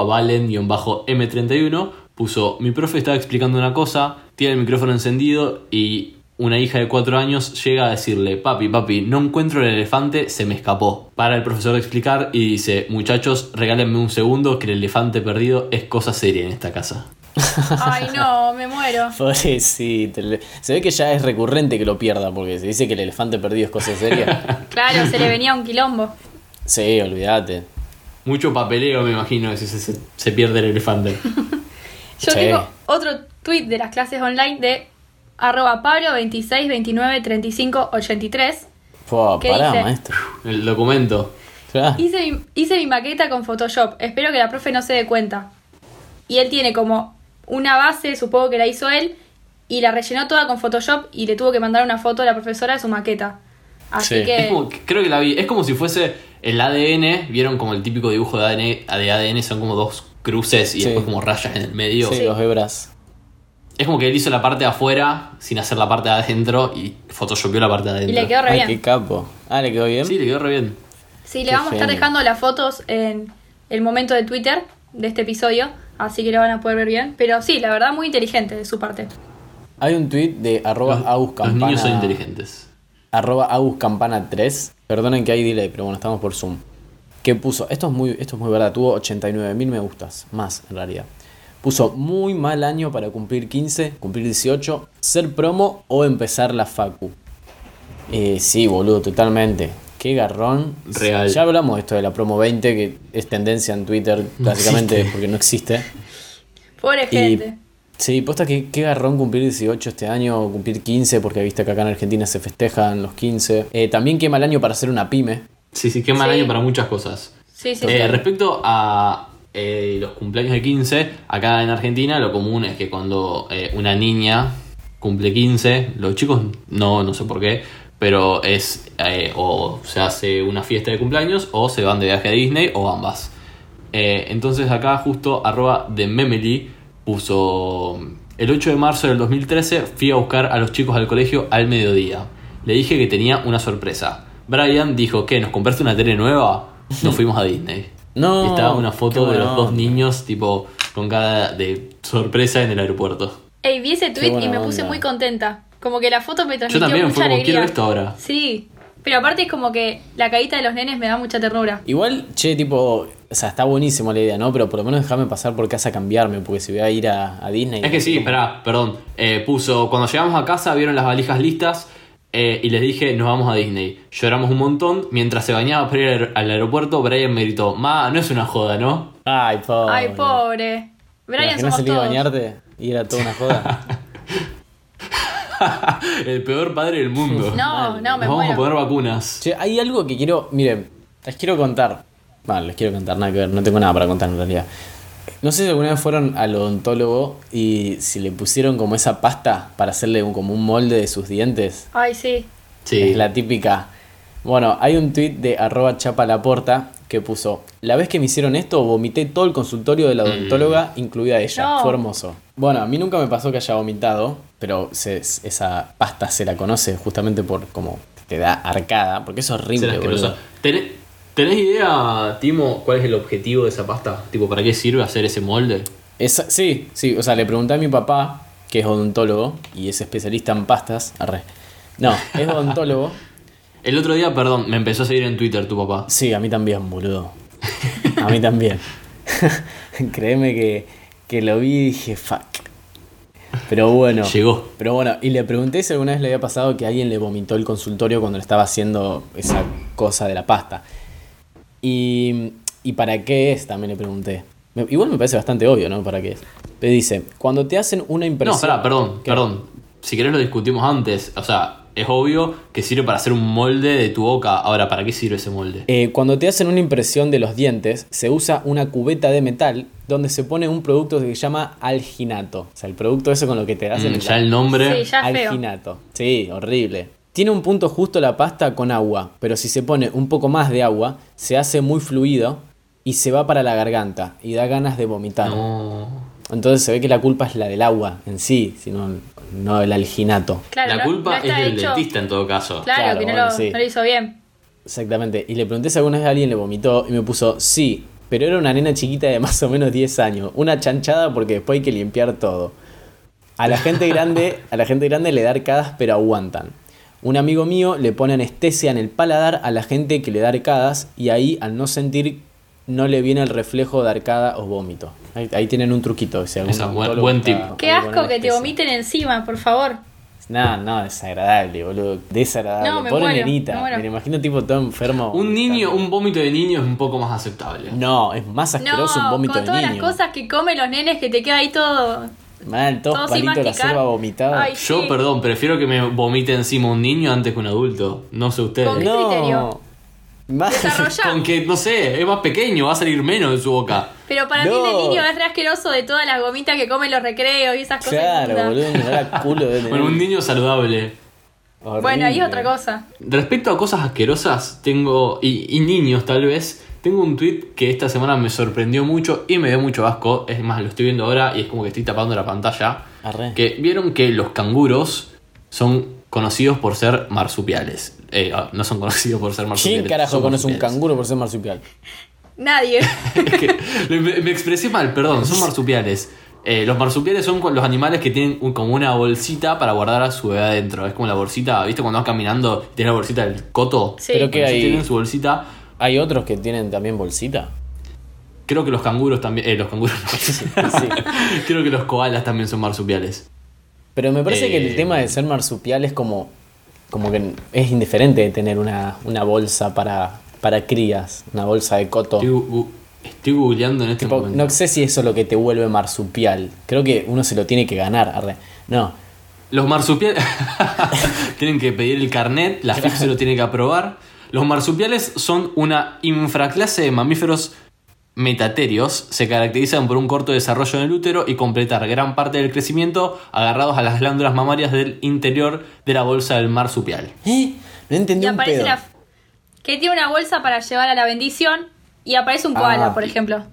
[SPEAKER 4] valen-m31, puso, mi profe estaba explicando una cosa, tiene el micrófono encendido y una hija de 4 años llega a decirle, papi, papi, no encuentro el elefante, se me escapó. Para el profesor de explicar y dice, muchachos, regálenme un segundo que el elefante perdido es cosa seria en esta casa.
[SPEAKER 2] Ay, no, me muero.
[SPEAKER 3] pobrecito, le- se ve que ya es recurrente que lo pierda porque se dice que el elefante perdido es cosa seria.
[SPEAKER 2] Claro, se le venía un quilombo.
[SPEAKER 3] sí, olvídate.
[SPEAKER 4] Mucho papeleo, me imagino, si se, se- se pierde el elefante.
[SPEAKER 2] Yo
[SPEAKER 3] Sí.
[SPEAKER 2] tengo otro tweet de las clases online de arroba pablo 26 29 35 83.
[SPEAKER 3] Fua,
[SPEAKER 2] ¿Qué
[SPEAKER 3] pará,
[SPEAKER 2] dice?
[SPEAKER 3] maestro.
[SPEAKER 4] El documento.
[SPEAKER 3] Claro.
[SPEAKER 2] Hice mi, hice mi maqueta con Photoshop. Espero que la profe no se dé cuenta. Y él tiene como una base, supongo que la hizo él, y la rellenó toda con Photoshop y le tuvo que mandar una foto a la profesora de su maqueta. Así
[SPEAKER 3] Sí.
[SPEAKER 2] que.
[SPEAKER 4] Es como- creo que la vi. Es como si fuese el ADN. ¿Vieron como el típico dibujo de ADN? De ADN son como dos cruces y
[SPEAKER 3] Sí.
[SPEAKER 4] después como rayas en el medio.
[SPEAKER 3] Sí, los hebras.
[SPEAKER 4] Es como que él hizo la parte de afuera sin hacer la parte de adentro y photoshopeó la parte de
[SPEAKER 2] Y
[SPEAKER 4] adentro.
[SPEAKER 2] le quedó re
[SPEAKER 3] Ay,
[SPEAKER 2] bien.
[SPEAKER 3] qué capo. Ah, ¿le quedó bien?
[SPEAKER 4] Sí, le quedó re bien.
[SPEAKER 2] Sí, le
[SPEAKER 3] Qué
[SPEAKER 2] vamos a estar
[SPEAKER 3] genio.
[SPEAKER 2] dejando las fotos en el momento de Twitter de este episodio, así que lo van a poder ver bien. Pero sí, la verdad, muy inteligente de su parte.
[SPEAKER 3] Hay un tweet de arroba
[SPEAKER 4] Los, los
[SPEAKER 3] auscampana.
[SPEAKER 4] niños son inteligentes.
[SPEAKER 3] Arroba auscampana3. Perdonen que hay delay, pero bueno, estamos por Zoom. Que puso, esto es muy, esto es muy verdad, tuvo 89.000 me gustas, más en realidad. Puso muy mal año para cumplir 15, cumplir 18, ser promo o empezar la facu. Eh, sí, boludo, totalmente. Qué garrón.
[SPEAKER 4] Real.
[SPEAKER 3] Ya hablamos de esto de la promo 20, que es tendencia en Twitter, básicamente,
[SPEAKER 4] existe.
[SPEAKER 3] porque no existe.
[SPEAKER 2] Pobre
[SPEAKER 3] Y,
[SPEAKER 2] gente.
[SPEAKER 3] sí, posta que qué garrón cumplir 18 este año, o cumplir 15, porque viste que acá en Argentina se festejan los 15. Eh, también quema el año para hacer una pyme.
[SPEAKER 4] Sí, sí, qué mal
[SPEAKER 2] Sí.
[SPEAKER 4] año para muchas cosas.
[SPEAKER 2] Sí, sí,
[SPEAKER 4] Eh,
[SPEAKER 2] sí.
[SPEAKER 4] respecto a eh, los cumpleaños de 15, acá en Argentina lo común es que cuando eh, una niña cumple 15, los chicos no, no sé por qué, pero es eh, o se hace una fiesta de cumpleaños o se van de viaje a Disney o ambas. Eh, entonces acá justo arroba de Memeli puso el 8 de marzo del 2013 fui a buscar a los chicos al colegio al mediodía. Le dije que tenía una sorpresa. Brian dijo que nos compraste una tele nueva. Nos fuimos a Disney.
[SPEAKER 3] No,
[SPEAKER 4] Y estaba una
[SPEAKER 3] qué
[SPEAKER 4] foto de
[SPEAKER 3] buena
[SPEAKER 4] los dos
[SPEAKER 3] onda.
[SPEAKER 4] niños tipo con cara de sorpresa en el aeropuerto.
[SPEAKER 2] Ey, vi ese tweet y me
[SPEAKER 3] buena
[SPEAKER 2] puse
[SPEAKER 3] onda.
[SPEAKER 2] muy contenta. Como que la foto me transmitió
[SPEAKER 4] también,
[SPEAKER 2] mucha
[SPEAKER 4] fue como,
[SPEAKER 2] alegría.
[SPEAKER 4] "Quiero esto ahora".
[SPEAKER 2] Sí, pero aparte es como que la caída de los nenes me da mucha ternura.
[SPEAKER 3] Igual, che, tipo, o sea, está buenísimo la idea, ¿no? Pero por lo menos déjame pasar por casa a cambiarme, porque si voy a ir a, a Disney.
[SPEAKER 4] Es que sí, espera, perdón. Eh, puso, cuando llegamos a casa vieron las valijas listas eh, y les dije, nos vamos a Disney. Lloramos un montón. Mientras se bañaba para ir al aer- al aeropuerto, Brian me gritó, ma, no es una joda, ¿no?
[SPEAKER 3] Ay, pobre.
[SPEAKER 2] Ay, pobre.
[SPEAKER 3] ¿Te
[SPEAKER 2] Brian,
[SPEAKER 3] imaginas
[SPEAKER 2] somos
[SPEAKER 3] salir a
[SPEAKER 2] todos.
[SPEAKER 3] bañarte y era toda una joda?
[SPEAKER 4] El peor padre del mundo.
[SPEAKER 2] No, no,
[SPEAKER 4] Nos
[SPEAKER 2] me
[SPEAKER 4] vamos a
[SPEAKER 2] muero.
[SPEAKER 4] poner vacunas.
[SPEAKER 3] Che, hay algo que quiero, miren, les quiero contar. Bueno, les quiero contar, nada que ver, no tengo nada para contar en realidad. No sé si alguna vez fueron al odontólogo y si le pusieron como esa pasta para hacerle un- como un molde de sus dientes.
[SPEAKER 2] Ay, sí.
[SPEAKER 4] Sí.
[SPEAKER 3] Es la típica. Bueno, hay un tweet de arroba chapalaporta que puso, la vez que me hicieron esto, vomité todo el consultorio
[SPEAKER 4] Mm.
[SPEAKER 3] de la odontóloga, incluida ella.
[SPEAKER 2] No.
[SPEAKER 3] Fue hermoso. Bueno, a mí nunca me pasó que haya vomitado, pero se- esa pasta se la conoce justamente por como te da arcada, porque es
[SPEAKER 4] Será
[SPEAKER 3] horrible.
[SPEAKER 4] asquerosa.
[SPEAKER 3] boludo.
[SPEAKER 4] ¿Tenés, tenés idea, Timo, cuál es el objetivo de esa pasta? Tipo, ¿para qué sirve hacer ese molde?
[SPEAKER 3] Esa- sí, sí, o sea, le pregunté a mi papá, que es odontólogo y es especialista en pastas. Arre. No, es odontólogo.
[SPEAKER 4] El otro día, perdón, me empezó a seguir en Twitter tu papá.
[SPEAKER 3] Sí, a mí también, boludo. A mí también. Créeme que, que lo vi y dije, fuck. Pero bueno.
[SPEAKER 4] Llegó.
[SPEAKER 3] Pero bueno, y le pregunté si alguna vez le había pasado que alguien le vomitó el consultorio cuando le estaba haciendo esa cosa de la pasta. Y, y para qué es, también le pregunté. Me- Igual me parece bastante obvio, ¿no? ¿Para qué es? Te dice, cuando te hacen una
[SPEAKER 4] no,
[SPEAKER 3] impresión...
[SPEAKER 4] espera, perdón,
[SPEAKER 3] ¿Qué?
[SPEAKER 4] perdón. Si querés lo discutimos antes. O sea, es obvio que sirve para hacer un molde de tu boca. Ahora, ¿para qué sirve ese molde?
[SPEAKER 3] Eh, cuando te hacen una impresión de los dientes, se usa una cubeta de metal donde se pone un producto que se llama alginato. O sea, el producto ese con lo que te hacen
[SPEAKER 4] Mm,
[SPEAKER 3] el
[SPEAKER 4] ya el nombre.
[SPEAKER 2] Sí, ya feo.
[SPEAKER 3] alginato. Sí, horrible. Tiene un punto justo la pasta con agua, pero si se pone un poco más de agua, se hace muy fluido y se va para la garganta y da ganas de vomitar.
[SPEAKER 4] No.
[SPEAKER 3] Entonces se ve que la culpa es la del agua en sí, sino no el alginato.
[SPEAKER 2] Claro,
[SPEAKER 4] la
[SPEAKER 2] no-
[SPEAKER 4] culpa
[SPEAKER 2] no
[SPEAKER 4] es
[SPEAKER 2] está
[SPEAKER 4] del
[SPEAKER 2] hecho-
[SPEAKER 4] dentista en todo caso.
[SPEAKER 2] Claro,
[SPEAKER 3] Claro,
[SPEAKER 2] que no,
[SPEAKER 3] bueno,
[SPEAKER 2] lo,
[SPEAKER 3] sí.
[SPEAKER 2] no lo hizo bien.
[SPEAKER 3] Exactamente. Y le pregunté si alguna vez alguien le vomitó y me puso sí, pero era una nena chiquita de más o menos 10 años. Una chanchada porque después hay que limpiar todo. A la gente grande, a la gente grande le da arcadas, pero aguantan. Un amigo mío le pone anestesia en el paladar a la gente que le da arcadas y ahí al no sentir no le viene el reflejo de arcada o vómito. Ahí, ahí tienen un truquito. Si algún
[SPEAKER 4] Esa, buen-
[SPEAKER 3] odontólogo
[SPEAKER 4] buen
[SPEAKER 3] está-
[SPEAKER 4] tip.
[SPEAKER 2] Qué
[SPEAKER 3] ahí con
[SPEAKER 2] asco que te
[SPEAKER 3] anestesia.
[SPEAKER 2] vomiten encima, por favor.
[SPEAKER 3] No, no, desagradable, boludo. Desagradable.
[SPEAKER 2] No, me
[SPEAKER 3] Pobre
[SPEAKER 2] muero,
[SPEAKER 3] nenita.
[SPEAKER 2] me muero.
[SPEAKER 3] Me lo imagino tipo todo enfermo.
[SPEAKER 4] Un niño,
[SPEAKER 3] vomitando.
[SPEAKER 4] un vómito de niño es un poco más aceptable.
[SPEAKER 3] No, es más asqueroso un
[SPEAKER 2] No,
[SPEAKER 3] vómito
[SPEAKER 2] con
[SPEAKER 3] de
[SPEAKER 2] todas
[SPEAKER 3] niño.
[SPEAKER 2] las cosas que comen los nenes que te queda ahí todo.
[SPEAKER 3] Mal, todos
[SPEAKER 2] todo sin
[SPEAKER 3] palitos de la
[SPEAKER 2] masticar.
[SPEAKER 3] selva vomitada.
[SPEAKER 2] Ay,
[SPEAKER 4] Yo,
[SPEAKER 2] sí.
[SPEAKER 4] perdón, prefiero que me vomite encima un niño antes que un adulto. No sé ustedes.
[SPEAKER 2] Con- ¿qué criterio?
[SPEAKER 3] Mal.
[SPEAKER 2] Desarrolla-
[SPEAKER 4] Con que, no sé, es más pequeño, va a salir menos de su boca.
[SPEAKER 2] Pero para mí
[SPEAKER 3] No.
[SPEAKER 2] el niño es re asqueroso de todas las gomitas que comen los recreos y esas cosas. inmundas.
[SPEAKER 3] Claro, boludo, un olor a culo de
[SPEAKER 4] Bueno, un niño saludable.
[SPEAKER 2] Bueno, ahí
[SPEAKER 3] Horrible.
[SPEAKER 2] es otra cosa.
[SPEAKER 4] Respecto a cosas asquerosas, tengo. Y, y niños, tal vez. Tengo un tweet que esta semana me sorprendió mucho y me dio mucho asco. Es más, lo estoy viendo ahora y es como que estoy tapando la pantalla.
[SPEAKER 3] Arre.
[SPEAKER 4] Que vieron que los canguros son conocidos por ser marsupiales. Eh, ah, no son conocidos por ser marsupiales.
[SPEAKER 3] ¿Quién carajo
[SPEAKER 4] son
[SPEAKER 3] conoce un
[SPEAKER 4] marsupiales.
[SPEAKER 3] canguro por ser marsupial?
[SPEAKER 2] Nadie.
[SPEAKER 4] Es que me, me expresé mal, perdón, son marsupiales. Eh, los marsupiales son con- los animales que tienen un- como una bolsita para guardar a su bebé adentro. Es como la bolsita, ¿viste? Cuando vas caminando y tienes la bolsita del coto.
[SPEAKER 2] Sí.
[SPEAKER 3] Pero que
[SPEAKER 4] Bueno, si
[SPEAKER 3] hay,
[SPEAKER 4] tienen su bolsita.
[SPEAKER 3] hay otros que tienen también bolsita.
[SPEAKER 4] Creo que los canguros también. Eh, los canguros no.
[SPEAKER 3] Sí.
[SPEAKER 4] Creo que los koalas también son marsupiales.
[SPEAKER 3] Pero me parece que el
[SPEAKER 4] Eh.
[SPEAKER 3] tema de ser marsupial es como, como que es indiferente de tener una, una bolsa para, para crías, una bolsa de coto.
[SPEAKER 4] Estoy, gu- gu- estoy googleando en este
[SPEAKER 3] Tipo,
[SPEAKER 4] momento.
[SPEAKER 3] no sé si eso es lo que te vuelve marsupial. Creo que uno se lo tiene que ganar. arre. No.
[SPEAKER 4] Los marsupiales tienen que pedir el carnet, la FIP se lo tiene que aprobar. Los marsupiales son una infraclase de mamíferos metaterios. Se caracterizan por un corto desarrollo en el útero y completar gran parte del crecimiento agarrados a las glándulas mamarias del interior de la bolsa del marsupial.
[SPEAKER 3] ¿Eh? No entendí
[SPEAKER 2] Y
[SPEAKER 3] un
[SPEAKER 2] aparece
[SPEAKER 3] pedo.
[SPEAKER 2] la. Que tiene una bolsa para llevar a la bendición y aparece un
[SPEAKER 3] Ah.
[SPEAKER 2] koala, por ejemplo.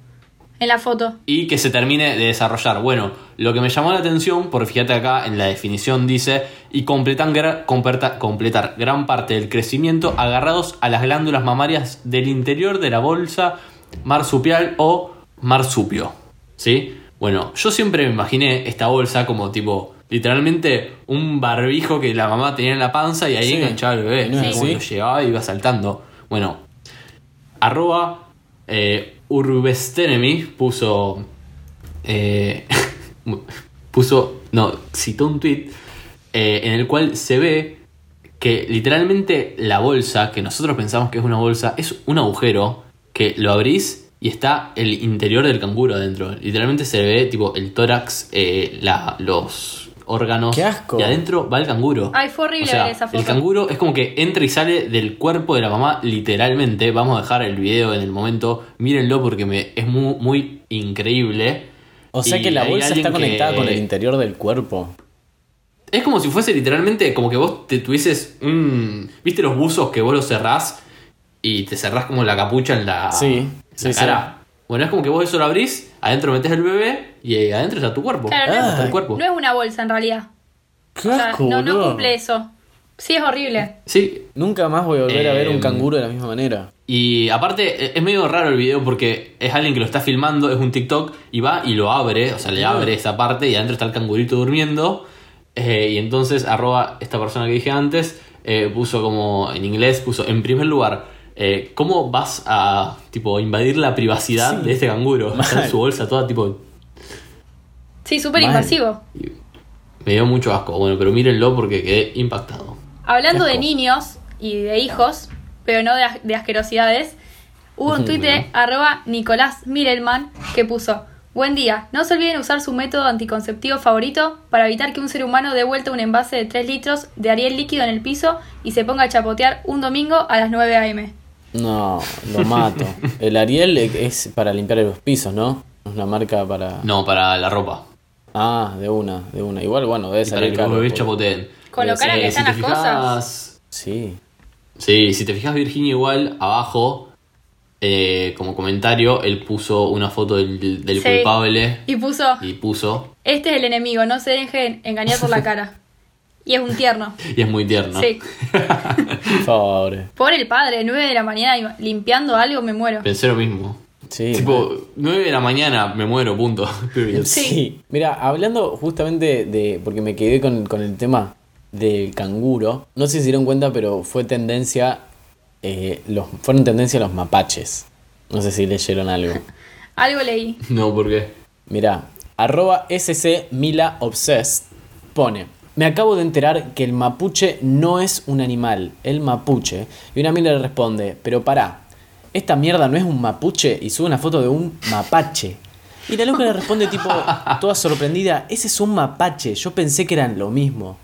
[SPEAKER 2] En la foto.
[SPEAKER 4] y que se termine de desarrollar. Bueno, lo que me llamó la atención, porque fíjate acá en la definición dice, y completan gra- comperta- completar gran parte del crecimiento agarrados a las glándulas mamarias del interior de la bolsa marsupial o marsupio. ¿Sí? Bueno, yo siempre me imaginé esta bolsa como tipo, literalmente un barbijo que la mamá tenía en la panza y ahí
[SPEAKER 3] Sí.
[SPEAKER 4] enganchaba al bebé.
[SPEAKER 3] ¿No es
[SPEAKER 4] Como
[SPEAKER 3] así?
[SPEAKER 4] lo llevaba y iba saltando. Bueno, Arroba eh, Urbestenemy puso. eh, puso. No, citó un tweet eh, en el cual se ve que literalmente la bolsa, que nosotros pensamos que es una bolsa, es un agujero que lo abrís y está el interior del canguro adentro. Literalmente se ve tipo el tórax, eh, la, los órganos.
[SPEAKER 3] ¡Qué asco!
[SPEAKER 4] Y adentro va el canguro.
[SPEAKER 2] Ay, fue horrible
[SPEAKER 4] O sea,
[SPEAKER 2] ver esa foto.
[SPEAKER 4] El canguro es como que entra y sale del cuerpo de la mamá, literalmente. Vamos a dejar el video en el momento. Mírenlo porque me, es muy, muy increíble.
[SPEAKER 3] O sea
[SPEAKER 4] Y
[SPEAKER 3] que la
[SPEAKER 4] hay
[SPEAKER 3] bolsa
[SPEAKER 4] alguien
[SPEAKER 3] está conectada
[SPEAKER 4] que-
[SPEAKER 3] con el interior del cuerpo.
[SPEAKER 4] Es como si fuese literalmente como que vos te tuvieses un. ¿Viste los buzos que vos los cerrás y te cerrás como la capucha en la,
[SPEAKER 3] Sí,
[SPEAKER 4] en
[SPEAKER 3] sí,
[SPEAKER 4] Ah, la
[SPEAKER 3] sí.
[SPEAKER 4] cara? Bueno, es como que vos eso lo abrís, adentro metes el bebé y ahí adentro está tu cuerpo.
[SPEAKER 2] Claro, no-
[SPEAKER 4] Está Ah, el cuerpo.
[SPEAKER 2] No es una bolsa en realidad.
[SPEAKER 3] ¡Qué
[SPEAKER 2] O sea,
[SPEAKER 3] asco,
[SPEAKER 2] no, no
[SPEAKER 3] boludo!
[SPEAKER 2] cumple eso. Sí, es horrible.
[SPEAKER 4] Sí,
[SPEAKER 3] Nunca más voy a volver a ver un
[SPEAKER 4] Em,
[SPEAKER 3] canguro de la misma manera.
[SPEAKER 4] Y aparte, e- es medio raro el video porque es alguien que lo está filmando, es un TikTok, y va y lo abre, o sea, le abre esa parte y adentro está el cangurito durmiendo. eh, y entonces, arroba esta persona que dije antes, eh, puso como en inglés, puso en primer lugar, eh, ¿cómo vas a tipo invadir la privacidad
[SPEAKER 3] Sí.
[SPEAKER 4] de este canguro? Está
[SPEAKER 3] Mal.
[SPEAKER 4] en su bolsa toda tipo.
[SPEAKER 2] Sí, súper
[SPEAKER 3] Mal.
[SPEAKER 2] invasivo.
[SPEAKER 4] Me dio mucho asco. Bueno, pero mírenlo porque quedé impactado.
[SPEAKER 2] Hablando
[SPEAKER 3] Qué
[SPEAKER 2] de
[SPEAKER 3] asco.
[SPEAKER 2] niños y de hijos, pero no de, as- de asquerosidades, hubo un tuit de arroba Nicolás Mirelman que puso Buen día, no se olviden usar su método anticonceptivo favorito para evitar que un ser humano dé vuelta un envase de 3 litros de ariel líquido en el piso y se ponga a chapotear un domingo a las 9 am.
[SPEAKER 3] No, lo mato. El Ariel es para limpiar los pisos, ¿no? Es una marca
[SPEAKER 2] Ah.
[SPEAKER 3] para.
[SPEAKER 4] No, para la ropa.
[SPEAKER 3] Ah, de una, de una. Igual, bueno, debe
[SPEAKER 4] Y para
[SPEAKER 3] salir
[SPEAKER 4] que los
[SPEAKER 3] caro. pues.
[SPEAKER 4] bebés
[SPEAKER 3] porque-
[SPEAKER 4] chapoteen.
[SPEAKER 2] Con lo cara que
[SPEAKER 4] Eh,
[SPEAKER 2] están
[SPEAKER 4] si
[SPEAKER 2] las
[SPEAKER 4] te
[SPEAKER 2] cosas.
[SPEAKER 4] fijas,
[SPEAKER 3] Sí.
[SPEAKER 4] Sí, si te fijas Virginia igual, abajo, eh, como comentario, él puso una foto del, del
[SPEAKER 2] Sí.
[SPEAKER 4] culpable
[SPEAKER 2] Y puso,
[SPEAKER 4] y puso,
[SPEAKER 2] este es el enemigo, no se dejen engañar por la cara. Y es un tierno.
[SPEAKER 4] y es muy tierno.
[SPEAKER 2] Sí.
[SPEAKER 3] Pobre.
[SPEAKER 2] Por el padre, 9 de la mañana y- limpiando algo, me muero.
[SPEAKER 4] Pensé lo mismo.
[SPEAKER 3] Sí.
[SPEAKER 4] tipo, 9 de la mañana, me muero, punto. Period.
[SPEAKER 3] Sí. Mira, hablando justamente de. Porque me quedé con, con el tema del canguro. No sé si se dieron cuenta, pero fue tendencia. eh, los, fueron tendencia los mapaches. No sé si leyeron algo.
[SPEAKER 2] Algo leí.
[SPEAKER 4] No, ¿por qué?
[SPEAKER 3] Mirá, arroba SC Mila Obsessed pone. Me acabo de enterar que el mapuche no es un animal, el mapuche. Y una Mila le responde, pero pará, esta mierda no es un mapuche y sube una foto de un mapache. Y la loca le responde tipo, toda sorprendida, ese es un mapache, yo pensé que eran lo mismo.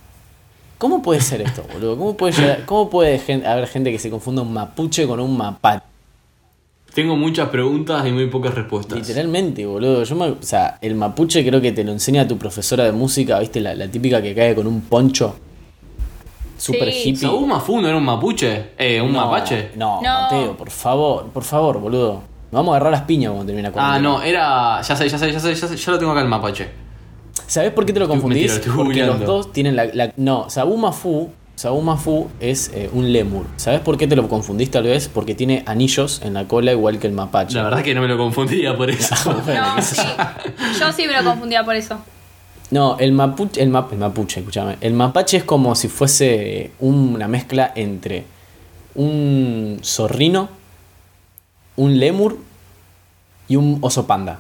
[SPEAKER 3] ¿Cómo puede ser esto, boludo? ¿Cómo puede, llegar- cómo puede gen- haber gente que se confunda un mapuche con un mapache?
[SPEAKER 4] Tengo muchas preguntas y muy pocas respuestas.
[SPEAKER 3] Literalmente, boludo. Yo me- o sea, el mapuche creo que te lo enseña tu profesora de música, ¿viste? La, la típica que cae con un poncho. Super
[SPEAKER 2] Sí.
[SPEAKER 3] hippie.
[SPEAKER 4] ¿Saúl Mafuno era un mapuche? Eh, un
[SPEAKER 3] No,
[SPEAKER 4] mapache.
[SPEAKER 2] No.
[SPEAKER 3] No, Mateo, por favor, por favor, boludo. Nos vamos a agarrar las piñas cuando termine la
[SPEAKER 4] Ah,
[SPEAKER 3] cuarentena.
[SPEAKER 4] no, era... Ya sé, ya sé, ya sé, ya sé, ya lo tengo acá el mapache.
[SPEAKER 3] ¿Sabés por qué te lo confundís?
[SPEAKER 4] mentira, lo estoy
[SPEAKER 3] Porque los
[SPEAKER 4] googleando.
[SPEAKER 3] dos tienen la. la- no, Sabu Mafu. Sabu Mafu es eh, un lemur. ¿Sabés por qué te lo confundís tal vez? Porque tiene anillos en la cola igual que el mapache.
[SPEAKER 4] La verdad que no me lo confundía por eso.
[SPEAKER 2] No, sí. Yo sí me lo confundía por eso.
[SPEAKER 3] No, el mapuche, el, ma- el mapuche, escúchame. El mapache es como si fuese una mezcla entre un zorrino, un lemur y un oso panda.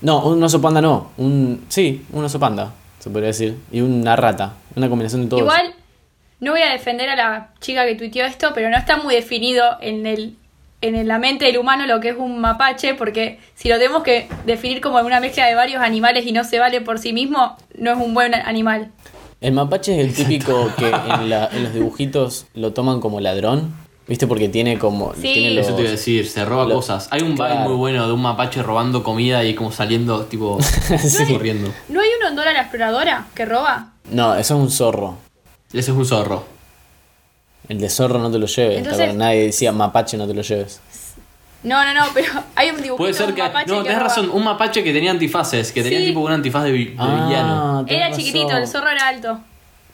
[SPEAKER 3] No, un oso panda no, un sí, un oso panda, se podría decir, y una rata, una combinación de todo. eso.
[SPEAKER 2] Igual, no voy a defender a la chica que tuiteó esto, pero no está muy definido en el en el- la mente del humano lo que es un mapache, porque si lo tenemos que definir como una mezcla de varios animales y no se vale por sí mismo, no es un buen animal.
[SPEAKER 3] El mapache es el típico que en, la- en los dibujitos lo toman como ladrón, ¿viste? Porque tiene como
[SPEAKER 2] Sí.
[SPEAKER 3] tiene los-
[SPEAKER 4] Eso te iba a decir, se roba
[SPEAKER 3] Lo-
[SPEAKER 4] cosas. Hay un
[SPEAKER 3] Claro.
[SPEAKER 4] baile muy bueno de un mapache robando comida y como saliendo, tipo, corriendo.
[SPEAKER 2] ¿No hay uno en Dora la exploradora que roba?
[SPEAKER 3] No, eso es un zorro.
[SPEAKER 4] Ese es un zorro.
[SPEAKER 3] El de zorro no te lo lleves. ¿te
[SPEAKER 2] Entonces-
[SPEAKER 3] acuerdas? Nadie decía mapache no te lo lleves.
[SPEAKER 2] No, no, no, pero hay un dibujito
[SPEAKER 4] Puede
[SPEAKER 2] de
[SPEAKER 4] ser
[SPEAKER 2] un
[SPEAKER 4] que.
[SPEAKER 2] mapache
[SPEAKER 4] No,
[SPEAKER 2] que
[SPEAKER 4] tenés
[SPEAKER 2] roba.
[SPEAKER 4] razón, un mapache que tenía antifaces, que tenía
[SPEAKER 2] Sí.
[SPEAKER 4] tipo un antifaz de, vi- de villano.
[SPEAKER 3] Ah, tenés
[SPEAKER 2] Era
[SPEAKER 3] razón.
[SPEAKER 2] chiquitito, el zorro era alto.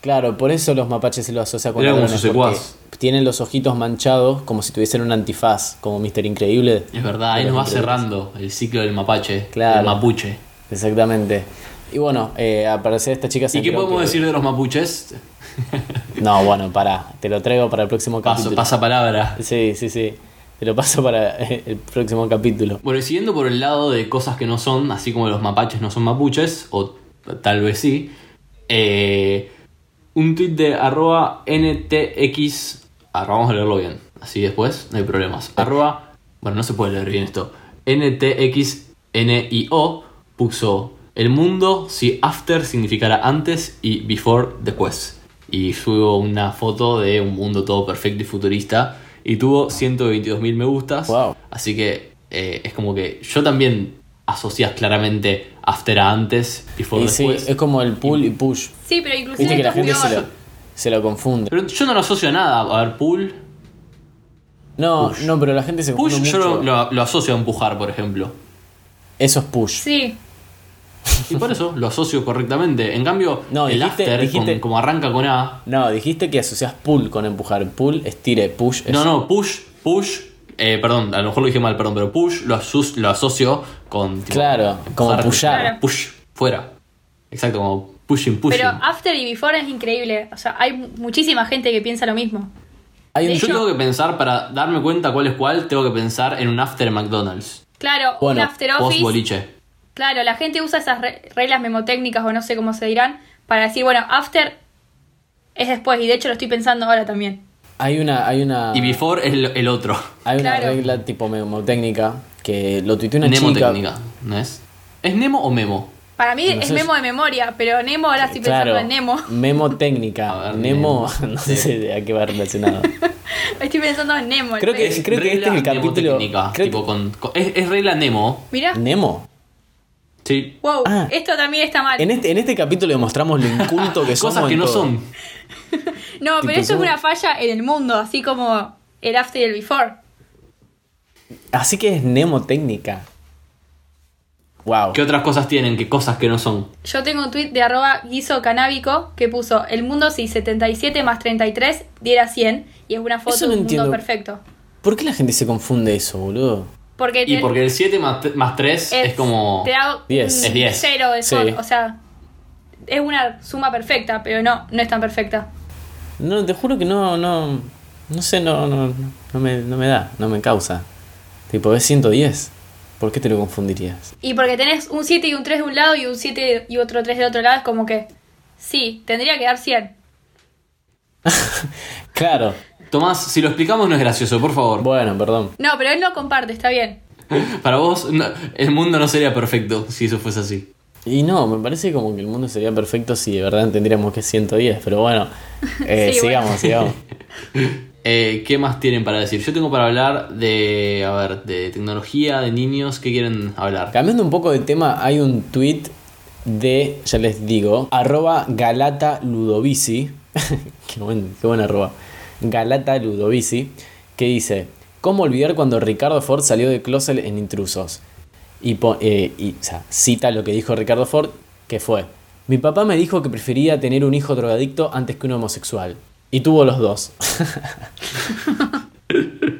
[SPEAKER 3] Claro, por eso los mapaches se los asocia con
[SPEAKER 4] Era como
[SPEAKER 3] ladrones,
[SPEAKER 4] su secuaz.
[SPEAKER 3] porque Tienen los ojitos manchados como si tuviesen un antifaz, como Mister Increíble.
[SPEAKER 4] Es verdad, ahí
[SPEAKER 3] Pero
[SPEAKER 4] nos va
[SPEAKER 3] es increíble.
[SPEAKER 4] cerrando el ciclo del mapache,
[SPEAKER 3] Claro.
[SPEAKER 4] del mapuche.
[SPEAKER 3] Exactamente. Y bueno, eh, al parecer esta chica se
[SPEAKER 4] ¿Y qué
[SPEAKER 3] enteró
[SPEAKER 4] podemos
[SPEAKER 3] que-
[SPEAKER 4] decir de los mapuches?
[SPEAKER 3] No, bueno, pará. Te lo traigo para el próximo
[SPEAKER 4] Paso,
[SPEAKER 3] capítulo.
[SPEAKER 4] pasa palabra.
[SPEAKER 3] Sí, sí, sí. Te lo paso para eh, el próximo capítulo.
[SPEAKER 4] Bueno, y siguiendo por el lado de cosas que no son, así como los mapaches no son mapuches, o t- tal vez sí, eh, un tweet de arroba ntx, arroba, vamos a leerlo bien, así después no hay problemas, arroba, bueno, no se puede leer bien esto, ntxnio puso, el mundo si after significara antes y before después. Y subo una foto de un mundo todo perfecto y futurista y tuvo 122.000 me gustas.
[SPEAKER 3] Wow.
[SPEAKER 4] Así que eh, es como que yo también asocias claramente after a antes, before
[SPEAKER 3] Y sí,
[SPEAKER 4] después.
[SPEAKER 3] es como el pull y push.
[SPEAKER 2] Sí, pero
[SPEAKER 3] Viste
[SPEAKER 2] inclusive
[SPEAKER 3] que
[SPEAKER 2] esto
[SPEAKER 3] la
[SPEAKER 2] es
[SPEAKER 3] gente se
[SPEAKER 2] peor.
[SPEAKER 3] lo, se lo confunde.
[SPEAKER 4] Pero yo no lo asocio a nada. A ver, pull.
[SPEAKER 3] No, no, pero la gente se confunde
[SPEAKER 4] Push yo
[SPEAKER 3] mucho.
[SPEAKER 4] lo, lo- lo asocio a empujar, por ejemplo.
[SPEAKER 3] Eso es push.
[SPEAKER 2] Sí,
[SPEAKER 4] Y por eso lo asocio correctamente. En cambio,
[SPEAKER 3] No,
[SPEAKER 4] el
[SPEAKER 3] dijiste-
[SPEAKER 4] after, con-
[SPEAKER 3] dijiste-
[SPEAKER 4] como arranca con A.
[SPEAKER 3] No, dijiste que asocias pull con empujar. Pull es tire, push es.
[SPEAKER 4] No, no, push, push. eh, perdón, a lo mejor lo dije mal, perdón, pero push lo, asu- lo asocio con. tipo,
[SPEAKER 3] Claro, como
[SPEAKER 4] empujar,
[SPEAKER 3] pushar.
[SPEAKER 2] Claro.
[SPEAKER 4] Push, fuera. Exacto, como pushing, pushing.
[SPEAKER 2] pero after y before es increíble. O sea, hay mu- muchísima gente que piensa lo mismo.
[SPEAKER 3] Hay un
[SPEAKER 4] yo
[SPEAKER 2] hecho-
[SPEAKER 4] tengo que pensar, para darme cuenta cuál es cuál, tengo que pensar en un after en McDonald's.
[SPEAKER 2] Claro,
[SPEAKER 3] Bueno,
[SPEAKER 2] un after
[SPEAKER 4] Post
[SPEAKER 2] office.
[SPEAKER 4] boliche.
[SPEAKER 2] Claro, la gente usa esas re- reglas memotécnicas o no sé cómo se dirán para decir, bueno, after es después y de hecho lo estoy pensando ahora también.
[SPEAKER 3] Hay una, hay una.
[SPEAKER 4] Y before es el, el otro.
[SPEAKER 3] Hay una
[SPEAKER 2] Claro.
[SPEAKER 3] regla tipo mnemotécnica que lo tuiteó una
[SPEAKER 4] Nemo
[SPEAKER 3] chica.
[SPEAKER 2] Ah,
[SPEAKER 4] técnica, ¿no es? ¿Es Nemo o Memo?
[SPEAKER 2] Para mí
[SPEAKER 3] No
[SPEAKER 2] es
[SPEAKER 3] sé.
[SPEAKER 2] memo de memoria, pero Nemo ahora estoy pensando
[SPEAKER 3] claro,
[SPEAKER 2] en Nemo.
[SPEAKER 3] Memo técnica.
[SPEAKER 4] A ver,
[SPEAKER 3] Nemo, no
[SPEAKER 4] Sí.
[SPEAKER 3] sé a qué va relacionado.
[SPEAKER 2] Estoy pensando en Nemo. el
[SPEAKER 3] Creo que-
[SPEAKER 2] pez.
[SPEAKER 3] creo este es
[SPEAKER 4] regla
[SPEAKER 3] el capítulo-
[SPEAKER 4] mnemotécnica,
[SPEAKER 3] creo
[SPEAKER 4] tipo con- con- es, es regla Nemo.
[SPEAKER 2] Mirá,
[SPEAKER 3] Nemo.
[SPEAKER 4] Sí.
[SPEAKER 2] wow,
[SPEAKER 3] Ah.
[SPEAKER 2] esto también está mal.
[SPEAKER 3] En este, en este capítulo demostramos lo inculto que somos.
[SPEAKER 4] Cosas que
[SPEAKER 3] en
[SPEAKER 4] no
[SPEAKER 3] todo.
[SPEAKER 4] son.
[SPEAKER 2] No, pero
[SPEAKER 3] este Tipo,
[SPEAKER 2] eso es
[SPEAKER 3] ¿cómo?
[SPEAKER 2] una falla en el mundo, así como el after y el before.
[SPEAKER 3] Así que es Nemo técnica. Wow.
[SPEAKER 4] ¿Qué otras cosas tienen? ¿Qué cosas que no son?
[SPEAKER 2] Yo tengo un tweet de arroba guiso canábico que puso el mundo si 77 más 33 diera 100 y es una foto
[SPEAKER 3] Eso no
[SPEAKER 2] de un
[SPEAKER 3] entiendo.
[SPEAKER 2] mundo perfecto.
[SPEAKER 3] ¿Por qué la gente se confunde eso, boludo?
[SPEAKER 2] Porque
[SPEAKER 4] Y
[SPEAKER 2] te-
[SPEAKER 4] porque el 7 más, 3 es, como...
[SPEAKER 2] Este Te hago
[SPEAKER 3] Diez.
[SPEAKER 2] un
[SPEAKER 4] Es diez.
[SPEAKER 2] Cero de
[SPEAKER 3] Sí.
[SPEAKER 2] sol, o sea, es una suma perfecta, pero no, no es tan perfecta.
[SPEAKER 3] No, te juro que no, no. No sé, no, no, no, me, no me da, no me causa. Tipo, es 110. ¿Por qué te lo confundirías?
[SPEAKER 2] Y porque tenés un 7 y un 3 de un lado y un 7 y otro 3 de otro lado, es como que, sí, tendría que dar 100.
[SPEAKER 3] Claro.
[SPEAKER 4] Tomás, si lo explicamos no es gracioso, por favor.
[SPEAKER 3] Bueno, perdón.
[SPEAKER 2] No, pero él no comparte, está bien.
[SPEAKER 4] Para vos, no- el mundo no sería perfecto si eso fuese así.
[SPEAKER 3] Y no, me parece como que el mundo sería perfecto si de verdad entendiéramos que es 110, pero bueno, eh,
[SPEAKER 2] Sí,
[SPEAKER 3] sigamos,
[SPEAKER 2] bueno.
[SPEAKER 3] sigamos.
[SPEAKER 4] Eh, ¿Qué más tienen para decir? Yo tengo para hablar de, a ver, de tecnología, de niños, ¿qué quieren hablar?
[SPEAKER 3] Cambiando un poco de tema, hay un tweet de, ya les digo, arroba Galata Ludovici. qué, buen, qué buena arroba. Galata Ludovici, que dice, ¿cómo olvidar cuando Ricardo Ford salió de closet en Intrusos? Y, po- eh, y, o sea, cita lo que dijo Ricardo Ford, que fue, mi papá me dijo que prefería tener un hijo drogadicto antes que un homosexual. Y tuvo los dos.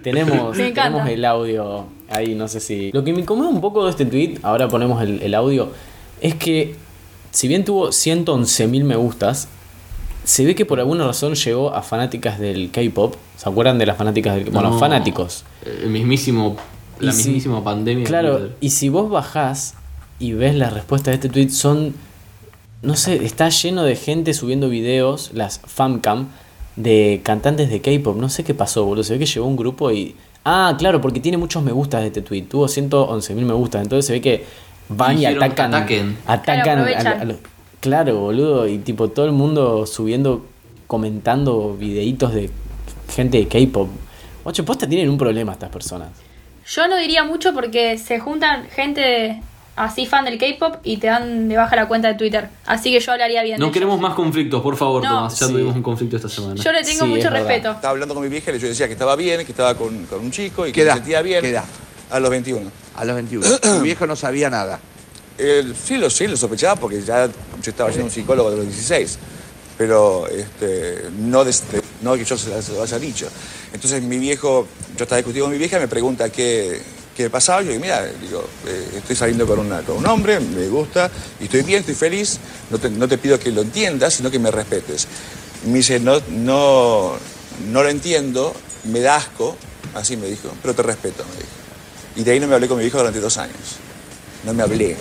[SPEAKER 3] tenemos,
[SPEAKER 2] Me encanta.
[SPEAKER 3] tenemos el audio ahí, no sé si... Lo que me incomoda un poco de este tweet, ahora ponemos el, el audio, es que si bien tuvo 111.000 me gustas, se ve que por alguna razón llegó a fanáticas del K-Pop. ¿Se acuerdan de las fanáticas del Bueno,
[SPEAKER 4] No, eh,
[SPEAKER 3] fanáticos.
[SPEAKER 4] El mismísimo, la
[SPEAKER 3] Y si-
[SPEAKER 4] mismísima pandemia.
[SPEAKER 3] Claro, y si vos bajás y ves las respuestas de este tweet, son. No sé, está lleno de gente subiendo videos, las famcam, de cantantes de K-pop. No sé qué pasó, boludo. Se ve que llegó un grupo y. Ah, claro, porque tiene muchos me gustas de este tweet. Tuvo 111.000 me gustas. Entonces se ve que van y
[SPEAKER 4] Dijeron que
[SPEAKER 3] atacan.
[SPEAKER 4] ataquen.
[SPEAKER 3] Atacan.
[SPEAKER 2] Claro, aprovechan.
[SPEAKER 3] a- a los- claro, boludo. Y tipo todo el mundo subiendo, comentando videitos de gente de K-pop. Ocho, posta tienen un problema estas personas.
[SPEAKER 2] Yo no diría mucho porque se juntan gente de- así fan del K-pop y te dan de baja la cuenta de Twitter. Así que yo hablaría bien. de
[SPEAKER 4] No
[SPEAKER 2] ellos.
[SPEAKER 4] queremos más conflictos, por favor,
[SPEAKER 2] No.
[SPEAKER 4] Tomás. Ya
[SPEAKER 3] Sí.
[SPEAKER 4] tuvimos un conflicto esta semana.
[SPEAKER 2] Yo le tengo
[SPEAKER 3] Sí,
[SPEAKER 2] mucho
[SPEAKER 3] es verdad.
[SPEAKER 2] respeto.
[SPEAKER 5] Estaba hablando con mi vieja y yo decía que estaba bien, que estaba con, con un chico y que
[SPEAKER 6] ¿Qué edad?
[SPEAKER 5] me sentía bien.
[SPEAKER 6] ¿Qué edad?
[SPEAKER 5] A los 21.
[SPEAKER 6] A los 21. Tu viejo no sabía nada.
[SPEAKER 5] Eh, sí, lo, sí, lo sospechaba porque ya yo estaba siendo un psicólogo de los 16. Pero este, no, desde, no que yo se las- se lo haya dicho. Entonces mi viejo, yo estaba discutiendo con mi vieja y me pregunta qué, qué pasaba. Yo digo, mira, digo, eh, estoy saliendo con, una- con un hombre, me gusta, y estoy bien, estoy feliz. No te, no te pido que lo entiendas, sino que me respetes. Me dice, no, no, no lo entiendo, me da asco, así me dijo, pero te respeto, me dijo. Y de ahí no me hablé con mi viejo durante dos años no me hablé.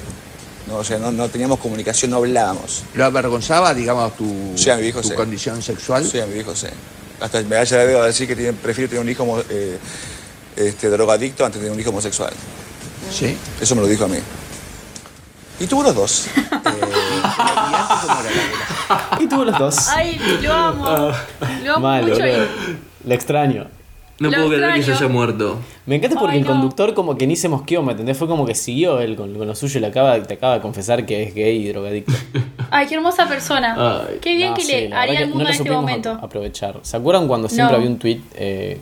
[SPEAKER 5] No, o sea, no, no teníamos comunicación, no hablábamos.
[SPEAKER 6] ¿Lo avergonzaba, digamos, tu,
[SPEAKER 5] Sí, a mi viejo
[SPEAKER 6] tu
[SPEAKER 5] sí.
[SPEAKER 6] condición sexual?
[SPEAKER 5] Sí, a mi hijo sí. Hasta me haya dado a decir que tiene- prefiero tener un hijo homo- eh, este, drogadicto antes de tener un hijo homosexual.
[SPEAKER 6] Sí.
[SPEAKER 5] Eso me lo dijo a mí. Y tuvo los dos.
[SPEAKER 6] ¿Y antes cómo era la vida?
[SPEAKER 3] Y tuvo los dos.
[SPEAKER 2] Ay, lo
[SPEAKER 3] Ah,
[SPEAKER 2] amo. Lo amo
[SPEAKER 3] Mal,
[SPEAKER 2] mucho. y-
[SPEAKER 3] boludo. La extraño.
[SPEAKER 4] No
[SPEAKER 2] Lo
[SPEAKER 4] puedo creer que se
[SPEAKER 2] extraño.
[SPEAKER 4] haya muerto.
[SPEAKER 3] Me encanta porque
[SPEAKER 2] Ay,
[SPEAKER 3] el
[SPEAKER 2] no.
[SPEAKER 3] conductor como que ni se mosqueó, ¿me entendés? Fue como que siguió él con, con lo suyo y le acaba, te acaba de confesar que es gay y drogadicto.
[SPEAKER 2] Ay, qué hermosa persona.
[SPEAKER 4] Ay,
[SPEAKER 2] qué bien
[SPEAKER 3] No,
[SPEAKER 2] que
[SPEAKER 3] sí,
[SPEAKER 2] le
[SPEAKER 3] la verdad
[SPEAKER 2] haría
[SPEAKER 3] que
[SPEAKER 2] al mundo
[SPEAKER 3] no lo
[SPEAKER 2] en este
[SPEAKER 3] supimos
[SPEAKER 2] momento.
[SPEAKER 3] ap- aprovechar. ¿Se acuerdan cuando siempre
[SPEAKER 2] No.
[SPEAKER 3] había un tweet eh,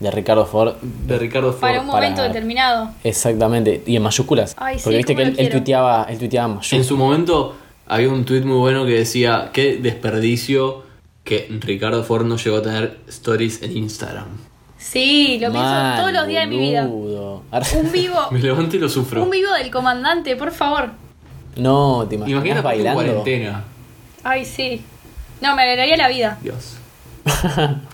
[SPEAKER 3] de Ricardo Ford?
[SPEAKER 4] De Ricardo Ford.
[SPEAKER 2] para un momento
[SPEAKER 3] para-
[SPEAKER 2] determinado.
[SPEAKER 3] Exactamente, y en mayúsculas.
[SPEAKER 2] Ay, sí,
[SPEAKER 3] porque viste
[SPEAKER 2] cómo
[SPEAKER 3] que
[SPEAKER 2] lo
[SPEAKER 3] él, él
[SPEAKER 2] quiero.
[SPEAKER 3] tuiteaba, él tuiteaba en
[SPEAKER 4] En
[SPEAKER 3] mayúsculas.
[SPEAKER 4] su momento había un tuit muy bueno que decía, qué desperdicio que Ricardo Ford no llegó a tener stories en Instagram.
[SPEAKER 2] Sí, lo
[SPEAKER 3] Mal,
[SPEAKER 2] pienso todos los días de mi vida.
[SPEAKER 3] boludo. Ar-
[SPEAKER 2] Un vivo,
[SPEAKER 4] Me levanto y lo sufro.
[SPEAKER 2] un vivo del comandante, por favor.
[SPEAKER 3] No, te imaginas,
[SPEAKER 4] Imagínate aparte en
[SPEAKER 3] bailando.
[SPEAKER 4] cuarentena.
[SPEAKER 2] Ay, sí. No, me alegraría la vida.
[SPEAKER 4] Dios.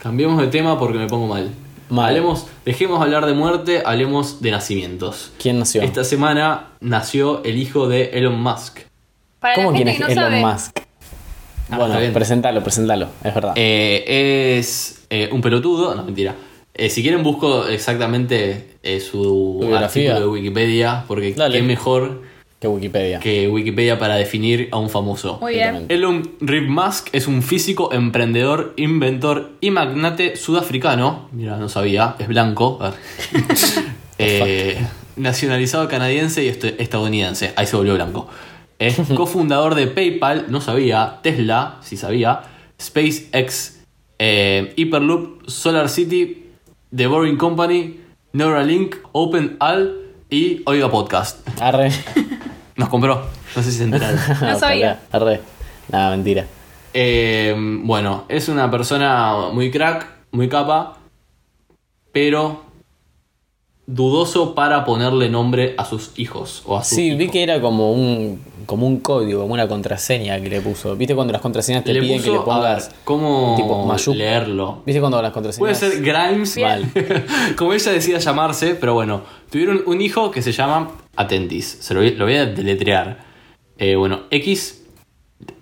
[SPEAKER 4] Cambiemos de tema porque me pongo mal.
[SPEAKER 3] Mal.
[SPEAKER 4] Hablemos, dejemos hablar de muerte, hablemos de nacimientos.
[SPEAKER 3] ¿Quién nació?
[SPEAKER 4] Esta semana nació el hijo de Elon Musk.
[SPEAKER 2] Para
[SPEAKER 3] ¿Cómo
[SPEAKER 2] la
[SPEAKER 3] quién
[SPEAKER 2] gente
[SPEAKER 3] es
[SPEAKER 2] que no
[SPEAKER 3] Elon
[SPEAKER 2] sabe.
[SPEAKER 3] Musk?
[SPEAKER 4] Ah, está
[SPEAKER 3] bueno,
[SPEAKER 4] bien.
[SPEAKER 3] presentalo, presentalo, es verdad.
[SPEAKER 4] Eh, es eh, un pelotudo, no mentira. Eh, si quieren busco exactamente eh, su
[SPEAKER 3] biografía.
[SPEAKER 4] artículo de Wikipedia, porque
[SPEAKER 3] Dale.
[SPEAKER 4] qué mejor
[SPEAKER 3] que Wikipedia.
[SPEAKER 4] que Wikipedia para definir a un famoso.
[SPEAKER 2] Muy bien.
[SPEAKER 3] Exactamente.
[SPEAKER 4] Elon Rip Musk es un físico, emprendedor, inventor y magnate sudafricano. Mira, no sabía, es blanco. A ver. Eh, nacionalizado canadiense y est- estadounidense. Ahí se volvió blanco. Es cofundador de PayPal, no sabía. Tesla, sí sabía. SpaceX, eh, Hyperloop, Solar City, The Boring Company, Neuralink, OpenAL y Oiga Podcast.
[SPEAKER 3] Arre.
[SPEAKER 4] Nos compró. No sé si se enteraron.
[SPEAKER 2] No sabía.
[SPEAKER 3] Ojalá. Arre. Nada, mentira.
[SPEAKER 4] Eh, bueno, es una persona muy crack, muy capa, pero dudoso para ponerle nombre a sus hijos o a su
[SPEAKER 3] Sí,
[SPEAKER 4] hijo.
[SPEAKER 3] vi que era como un como un código, como una contraseña que le puso. ¿Viste cuando las contraseñas te
[SPEAKER 4] le
[SPEAKER 3] piden
[SPEAKER 4] puso,
[SPEAKER 3] que le
[SPEAKER 4] a
[SPEAKER 3] pongas
[SPEAKER 4] ver, cómo
[SPEAKER 3] tipo mayú-
[SPEAKER 4] leerlo.
[SPEAKER 3] ¿Viste cuando las
[SPEAKER 4] Puede
[SPEAKER 3] contraseñas?
[SPEAKER 4] ser Grimes,
[SPEAKER 3] Bien.
[SPEAKER 4] como ella decida llamarse, pero bueno, tuvieron un hijo que se llama Atentis. Se lo voy, lo voy a deletrear. Eh, bueno, X,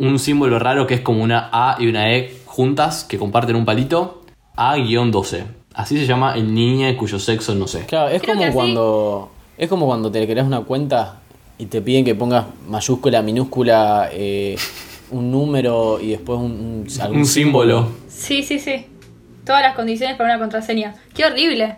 [SPEAKER 4] un símbolo raro que es como una A y una E juntas que comparten un palito. A-12. Así se llama el niño cuyo sexo no sé.
[SPEAKER 3] Claro, es
[SPEAKER 2] Creo
[SPEAKER 3] como
[SPEAKER 2] que así-
[SPEAKER 3] cuando es como cuando te creas una cuenta y te piden que pongas mayúscula, minúscula, eh, un número y después un, un- algún
[SPEAKER 4] Un símbolo.
[SPEAKER 2] Sí, sí, sí. Todas las condiciones para una contraseña. Qué horrible.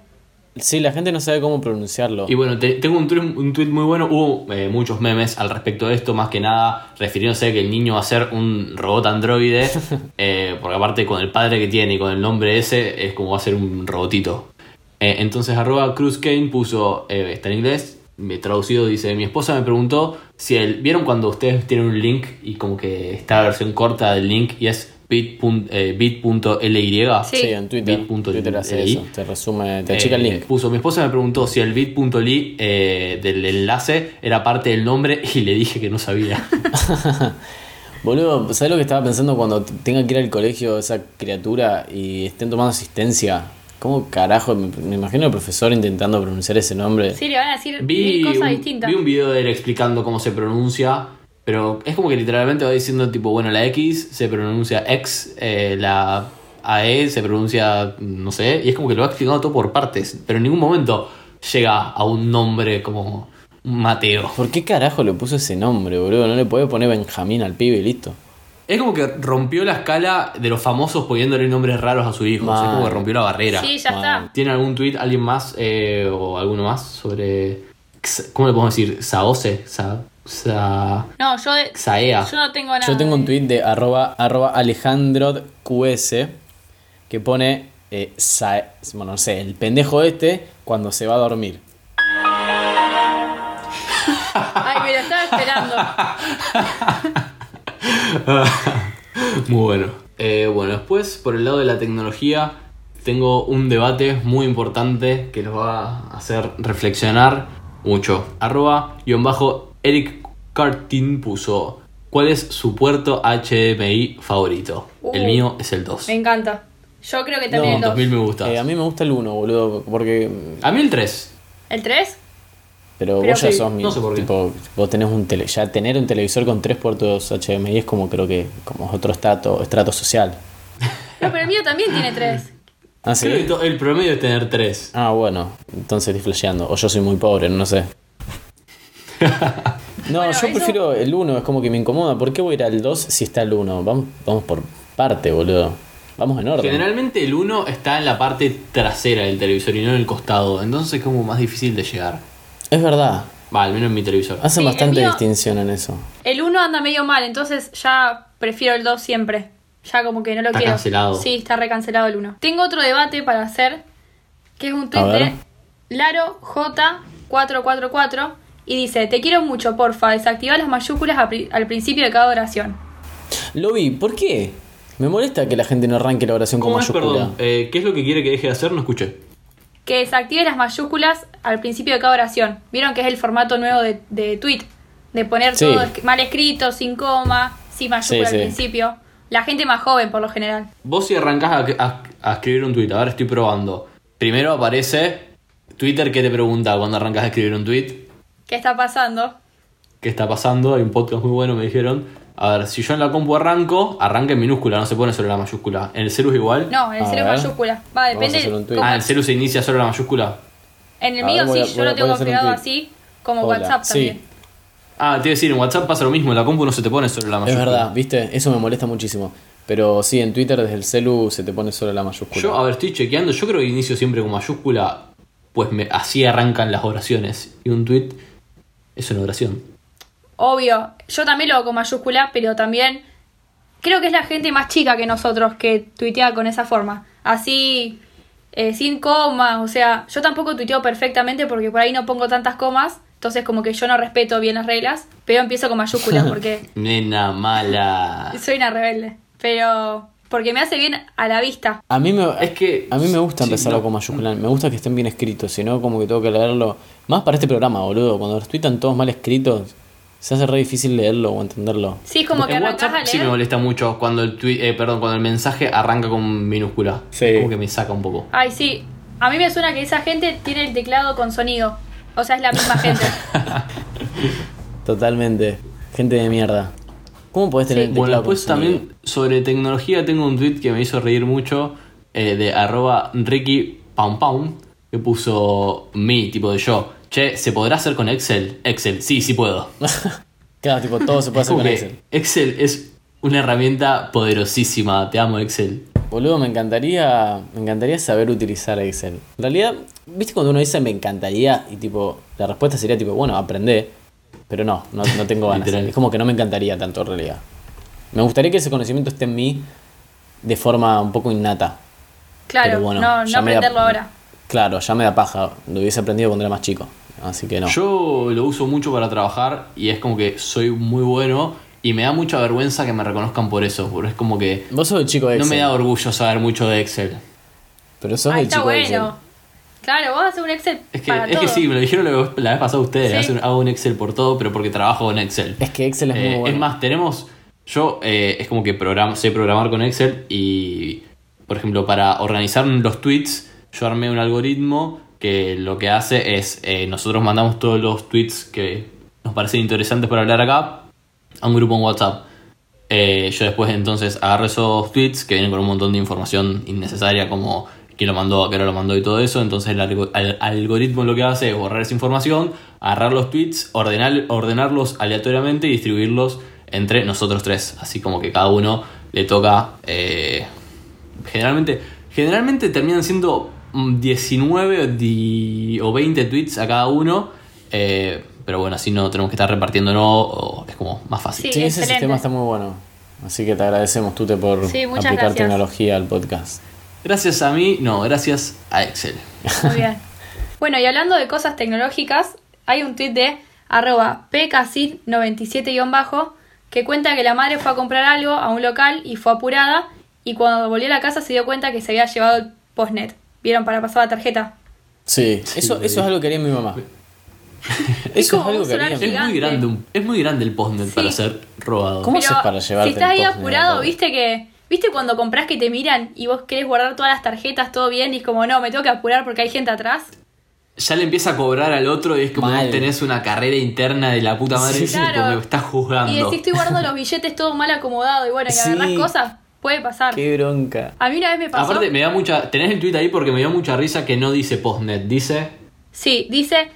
[SPEAKER 3] Sí, la gente no sabe cómo pronunciarlo.
[SPEAKER 4] Y bueno, te- tengo un tweet, un tweet muy bueno. Hubo eh, muchos memes al respecto de esto, más que nada refiriéndose a que el niño va a ser un robot androide. eh, porque aparte, con el padre que tiene y con el nombre ese, es como va a ser un robotito. Eh, entonces, arroba Cruz Kane puso, eh, está en inglés, me- traducido dice: Mi esposa me preguntó si el. ¿Vieron cuando ustedes tienen un link y como que está la versión corta del link y es eh, bit.ly?
[SPEAKER 2] Sí.
[SPEAKER 3] Sí, en Twitter.
[SPEAKER 4] Bit.ly.
[SPEAKER 3] Twitter hace eso. Te resume, te achica el
[SPEAKER 4] Eh,
[SPEAKER 3] link.
[SPEAKER 4] Puso, mi esposa me preguntó si el bit.ly eh, del enlace era parte del nombre y le dije que no sabía.
[SPEAKER 3] Boludo, ¿sabes lo que estaba pensando cuando t- tenga que ir al colegio esa criatura y estén tomando asistencia? ¿Cómo carajo? Me, me imagino al profesor intentando pronunciar ese nombre.
[SPEAKER 2] Sí, le van a decir
[SPEAKER 4] vi,
[SPEAKER 2] mil cosas
[SPEAKER 4] un,
[SPEAKER 2] distintas.
[SPEAKER 4] vi un video de él explicando cómo se pronuncia, pero es como que literalmente va diciendo tipo, bueno, la X se pronuncia X, eh, la AE se pronuncia no sé, y es como que lo va explicando todo por partes, pero en ningún momento llega a un nombre como Mateo.
[SPEAKER 3] ¿Por qué carajo le puso ese nombre, boludo? No le puede poner Benjamín al pibe y listo.
[SPEAKER 4] Es como que rompió la escala de los famosos poniéndole nombres raros a su hijo. o sea, es como que
[SPEAKER 3] Mal.
[SPEAKER 4] rompió la barrera.
[SPEAKER 2] Sí, ya está.
[SPEAKER 4] ¿Tiene algún tweet alguien más eh, o alguno más sobre. X- ¿Cómo le podemos decir? Saose. Sa, sa,
[SPEAKER 2] No, yo, de-
[SPEAKER 4] Xaea.
[SPEAKER 2] yo no tengo nada.
[SPEAKER 3] Yo tengo un
[SPEAKER 2] de-
[SPEAKER 3] tweet de arroba, arroba alejandroqs que pone, eh, sa- bueno, no sé, el pendejo este cuando se va a dormir.
[SPEAKER 2] Ay, me lo estaba esperando.
[SPEAKER 4] Muy bueno. Eh, bueno, después, por el lado de la tecnología, tengo un debate muy importante que los va a hacer reflexionar mucho. Arroba y bajo Eric Cartin puso. ¿Cuál es su puerto HDMI favorito? el
[SPEAKER 2] Uh.
[SPEAKER 4] mío es el 2.
[SPEAKER 2] Me encanta. Yo creo que también el
[SPEAKER 4] Con
[SPEAKER 2] dos.
[SPEAKER 4] 2000 me gusta.
[SPEAKER 3] Eh, a mí me gusta el uno, boludo, porque...
[SPEAKER 4] a mí el 3.
[SPEAKER 2] ¿El 3?
[SPEAKER 3] Pero,
[SPEAKER 2] Pero
[SPEAKER 3] vos ya
[SPEAKER 2] sí,
[SPEAKER 3] sos mi,
[SPEAKER 4] no sé por qué.
[SPEAKER 3] tipo, vos tenés un tele, ya tener un televisor con tres puertos HDMI es como creo que como otro estrato, estrato social.
[SPEAKER 2] No, pero el mío también tiene 3.
[SPEAKER 3] Ah, ¿sí?
[SPEAKER 4] Creo que to- el promedio es tener 3.
[SPEAKER 3] Ah, bueno, entonces estoy flasheando. O yo soy muy pobre, no sé. No,
[SPEAKER 2] Bueno,
[SPEAKER 3] yo
[SPEAKER 2] eso-
[SPEAKER 3] prefiero el 1, es como que me incomoda. ¿Por qué voy a ir al 2 si está el 1? Vamos, vamos por parte, boludo. Vamos en orden.
[SPEAKER 4] Generalmente el 1 está en la parte trasera del televisor y no en el costado, entonces es como más difícil de llegar.
[SPEAKER 3] Es verdad.
[SPEAKER 4] Va, al menos en mi televisor.
[SPEAKER 3] Hacen
[SPEAKER 2] Sí,
[SPEAKER 3] bastante
[SPEAKER 2] el mío-
[SPEAKER 3] distinción en eso.
[SPEAKER 2] El 1 anda medio mal, entonces ya prefiero el 2 siempre. Ya como que no lo
[SPEAKER 4] Está
[SPEAKER 2] quiero.
[SPEAKER 4] cancelado.
[SPEAKER 2] Sí, está recancelado el 1. Tengo otro debate para hacer, que es un tweet
[SPEAKER 3] A ver.
[SPEAKER 2] de Laro J444 y dice, te quiero mucho, porfa, desactiva las mayúsculas a pri- al principio de cada oración.
[SPEAKER 3] Lo vi, ¿por qué? Me molesta que la gente no arranque la oración con
[SPEAKER 4] ¿Cómo es,
[SPEAKER 3] mayúscula.
[SPEAKER 4] perdón? Eh, ¿Qué es lo que quiere que deje de hacer? No escuché.
[SPEAKER 2] Que desactive las mayúsculas al principio de cada oración. Vieron que es el formato nuevo de, de tweet, de poner
[SPEAKER 3] Sí.
[SPEAKER 2] todo es- mal escrito, sin coma, sin mayúscula
[SPEAKER 3] Sí,
[SPEAKER 2] al
[SPEAKER 3] sí.
[SPEAKER 2] principio. La gente más joven, por lo general.
[SPEAKER 4] Vos si arrancás a, a- a escribir un tweet, ahora estoy probando. Primero aparece Twitter que te pregunta cuando arrancas a escribir un tweet.
[SPEAKER 2] ¿Qué está pasando?
[SPEAKER 4] ¿Qué está pasando? Hay un podcast muy bueno, me dijeron. A ver, si yo en la compu arranco, arranca en minúscula, no se pone solo la mayúscula. ¿En el celu es igual?
[SPEAKER 2] No, en el
[SPEAKER 3] A
[SPEAKER 2] celu es
[SPEAKER 3] ver.
[SPEAKER 2] mayúscula. Va,
[SPEAKER 3] Vamos a
[SPEAKER 2] depende.
[SPEAKER 3] hacer un tweet.
[SPEAKER 2] cómo-
[SPEAKER 4] Ah, ¿en el celu se inicia solo la mayúscula?
[SPEAKER 2] en el
[SPEAKER 3] A ver,
[SPEAKER 2] mío
[SPEAKER 3] voy a-
[SPEAKER 2] sí, yo
[SPEAKER 3] voy a-
[SPEAKER 2] lo tengo
[SPEAKER 3] voy a hacer un
[SPEAKER 2] configurado
[SPEAKER 3] tweet.
[SPEAKER 2] así, como
[SPEAKER 3] Hola,
[SPEAKER 2] WhatsApp
[SPEAKER 3] sí.
[SPEAKER 2] también.
[SPEAKER 4] Ah, te iba a decir, en WhatsApp pasa lo mismo, en la compu no se te pone solo la
[SPEAKER 3] Es
[SPEAKER 4] mayúscula.
[SPEAKER 3] verdad, ¿viste? Eso me molesta muchísimo. Pero sí, en Twitter desde el celu se te pone solo la mayúscula.
[SPEAKER 4] Yo, a ver, estoy chequeando, yo creo que inicio siempre con mayúscula, pues me, así arrancan las oraciones. Y un tweet es una oración.
[SPEAKER 2] Obvio, yo también lo hago con mayúscula, pero también creo que es la gente más chica que nosotros que tuitea con esa forma. Así, eh, sin comas, o sea, yo tampoco tuiteo perfectamente porque por ahí no pongo tantas comas, entonces como que yo no respeto bien las reglas, pero empiezo con mayúscula porque
[SPEAKER 4] Nena mala.
[SPEAKER 2] soy una rebelde. Pero porque me hace bien a la vista.
[SPEAKER 3] A mí me,
[SPEAKER 4] Es que-
[SPEAKER 3] a mí me gusta
[SPEAKER 4] sí,
[SPEAKER 3] empezarlo
[SPEAKER 4] no.
[SPEAKER 3] con mayúscula. Me gusta que estén bien escritos, si no, como que tengo que leerlo. Más para este programa, boludo. Cuando los tuitan todos mal escritos, se hace re difícil leerlo o entenderlo.
[SPEAKER 2] Sí, es como que
[SPEAKER 4] en
[SPEAKER 2] arrancás ¿eh?
[SPEAKER 4] WhatsApp
[SPEAKER 2] a leer.
[SPEAKER 4] sí me molesta mucho cuando el tweet, eh, perdón, cuando el mensaje arranca con minúscula.
[SPEAKER 3] Sí.
[SPEAKER 4] Como que me saca un poco.
[SPEAKER 2] Ay, sí. A mí me suena que esa gente tiene el teclado con sonido. O sea, es la misma gente.
[SPEAKER 3] Totalmente. Gente de mierda. ¿Cómo podés tener el
[SPEAKER 4] Bueno,
[SPEAKER 3] teclado
[SPEAKER 4] después
[SPEAKER 3] con sonido?
[SPEAKER 4] también sobre tecnología tengo un tweet que me hizo reír mucho eh, de arroba Ricky Pam Pam que puso mi, tipo de yo. Che, ¿se podrá hacer con Excel? Excel, sí, sí puedo.
[SPEAKER 3] Claro, tipo, todo se puede hacer
[SPEAKER 4] Como
[SPEAKER 3] con
[SPEAKER 4] que
[SPEAKER 3] Excel.
[SPEAKER 4] Excel es una herramienta poderosísima. Te amo, Excel.
[SPEAKER 3] Boludo, me encantaría, me encantaría saber utilizar Excel. En realidad, ¿viste cuando uno dice me encantaría? Y tipo, la respuesta sería tipo, bueno, aprendé. Pero no, no, no tengo ganas.
[SPEAKER 4] Literal.
[SPEAKER 3] es como que no me encantaría tanto en realidad. Me gustaría que ese conocimiento esté en mí de forma un poco innata.
[SPEAKER 2] Claro,
[SPEAKER 3] pero bueno,
[SPEAKER 2] no, no
[SPEAKER 3] ya me da-
[SPEAKER 2] aprenderlo ahora.
[SPEAKER 3] Claro, ya me da paja. Lo hubiese aprendido cuando era más chico. Así que no.
[SPEAKER 4] Yo lo uso mucho para trabajar y es como que soy muy bueno y me da mucha vergüenza que me reconozcan por eso. Porque es como que
[SPEAKER 3] Vos sos el chico de
[SPEAKER 4] no
[SPEAKER 3] Excel.
[SPEAKER 4] me da orgullo saber mucho de Excel.
[SPEAKER 3] Pero sos
[SPEAKER 2] Ahí
[SPEAKER 3] el
[SPEAKER 2] Ah, está
[SPEAKER 3] chico de Excel.
[SPEAKER 2] bueno. Claro, vos haces un Excel
[SPEAKER 4] Es que,
[SPEAKER 2] para
[SPEAKER 4] es
[SPEAKER 2] todo.
[SPEAKER 4] que sí, me lo dijeron la- la vez pasada ustedes.
[SPEAKER 2] Sí.
[SPEAKER 4] hacen- hago un Excel por todo, pero porque trabajo en Excel.
[SPEAKER 3] Es que Excel es
[SPEAKER 4] Eh,
[SPEAKER 3] muy bueno.
[SPEAKER 4] Es más, tenemos. Yo eh, es como que programa, sé programar con Excel y, por ejemplo, para organizar los tweets, yo armé un algoritmo que lo que hace es. eh, nosotros mandamos todos los tweets que nos parecen interesantes para hablar acá a un grupo en WhatsApp. Eh, yo después entonces agarro esos tweets que vienen con un montón de información innecesaria como quién lo mandó, a qué hora lo mandó y todo eso. Entonces el, algo- al- algoritmo lo que hace es borrar esa información, agarrar los tweets, ordenar, ordenarlos aleatoriamente y distribuirlos entre nosotros tres. Así como que cada uno le toca... eh, generalmente, generalmente terminan siendo mm, 19 o di- o 20 tweets a cada uno. eh, pero bueno, así no tenemos que estar repartiéndonos, o es como más fácil.
[SPEAKER 2] Sí,
[SPEAKER 3] Sí, ese
[SPEAKER 2] excelente.
[SPEAKER 3] sistema está muy bueno. Así que te agradecemos, Tute, por
[SPEAKER 2] Sí, muchas
[SPEAKER 3] aplicar
[SPEAKER 2] gracias.
[SPEAKER 3] tecnología al podcast.
[SPEAKER 4] Gracias a mí, no, gracias a Excel.
[SPEAKER 2] Muy bien. Bueno, y hablando de cosas tecnológicas, hay un tweet de arroba pcasid97- que cuenta que la madre fue a comprar algo a un local y fue apurada y cuando volvió a la casa se dio cuenta que se había llevado el postnet. ¿Vieron? Para pasar la tarjeta.
[SPEAKER 3] Sí, eso, eso es algo que haría mi mamá. Eso es
[SPEAKER 2] como
[SPEAKER 3] algo
[SPEAKER 2] un
[SPEAKER 3] que haría
[SPEAKER 2] solar
[SPEAKER 3] mi
[SPEAKER 4] Es
[SPEAKER 2] Gigante.
[SPEAKER 3] mamá.
[SPEAKER 4] muy, grande, un- es muy grande el postnet
[SPEAKER 2] Sí.
[SPEAKER 4] para ser robado.
[SPEAKER 3] ¿Cómo haces para llevarte
[SPEAKER 2] Si estás
[SPEAKER 3] el
[SPEAKER 2] ahí
[SPEAKER 3] postnet,
[SPEAKER 2] apurado,
[SPEAKER 3] Natalia?
[SPEAKER 2] viste que. ¿Viste cuando compras que te miran y vos querés guardar todas las tarjetas, todo bien? Y es como, no, me tengo que apurar porque hay gente atrás.
[SPEAKER 4] Ya le empieza a cobrar al otro y es como
[SPEAKER 3] Mal.
[SPEAKER 4] vos tenés una carrera interna de la puta madre
[SPEAKER 3] Sí,
[SPEAKER 4] y tipo,
[SPEAKER 2] claro.
[SPEAKER 4] me estás
[SPEAKER 2] Y
[SPEAKER 4] juzgando.
[SPEAKER 2] decís, estoy guardando los billetes todo mal acomodado. Y bueno, que
[SPEAKER 3] Sí.
[SPEAKER 2] agarrás cosas, puede pasar.
[SPEAKER 3] Qué bronca.
[SPEAKER 2] A mí una vez me pasó.
[SPEAKER 4] Aparte, me da mucha. Tenés el tweet ahí porque me dio mucha risa que no dice postnet, dice.
[SPEAKER 2] Sí, dice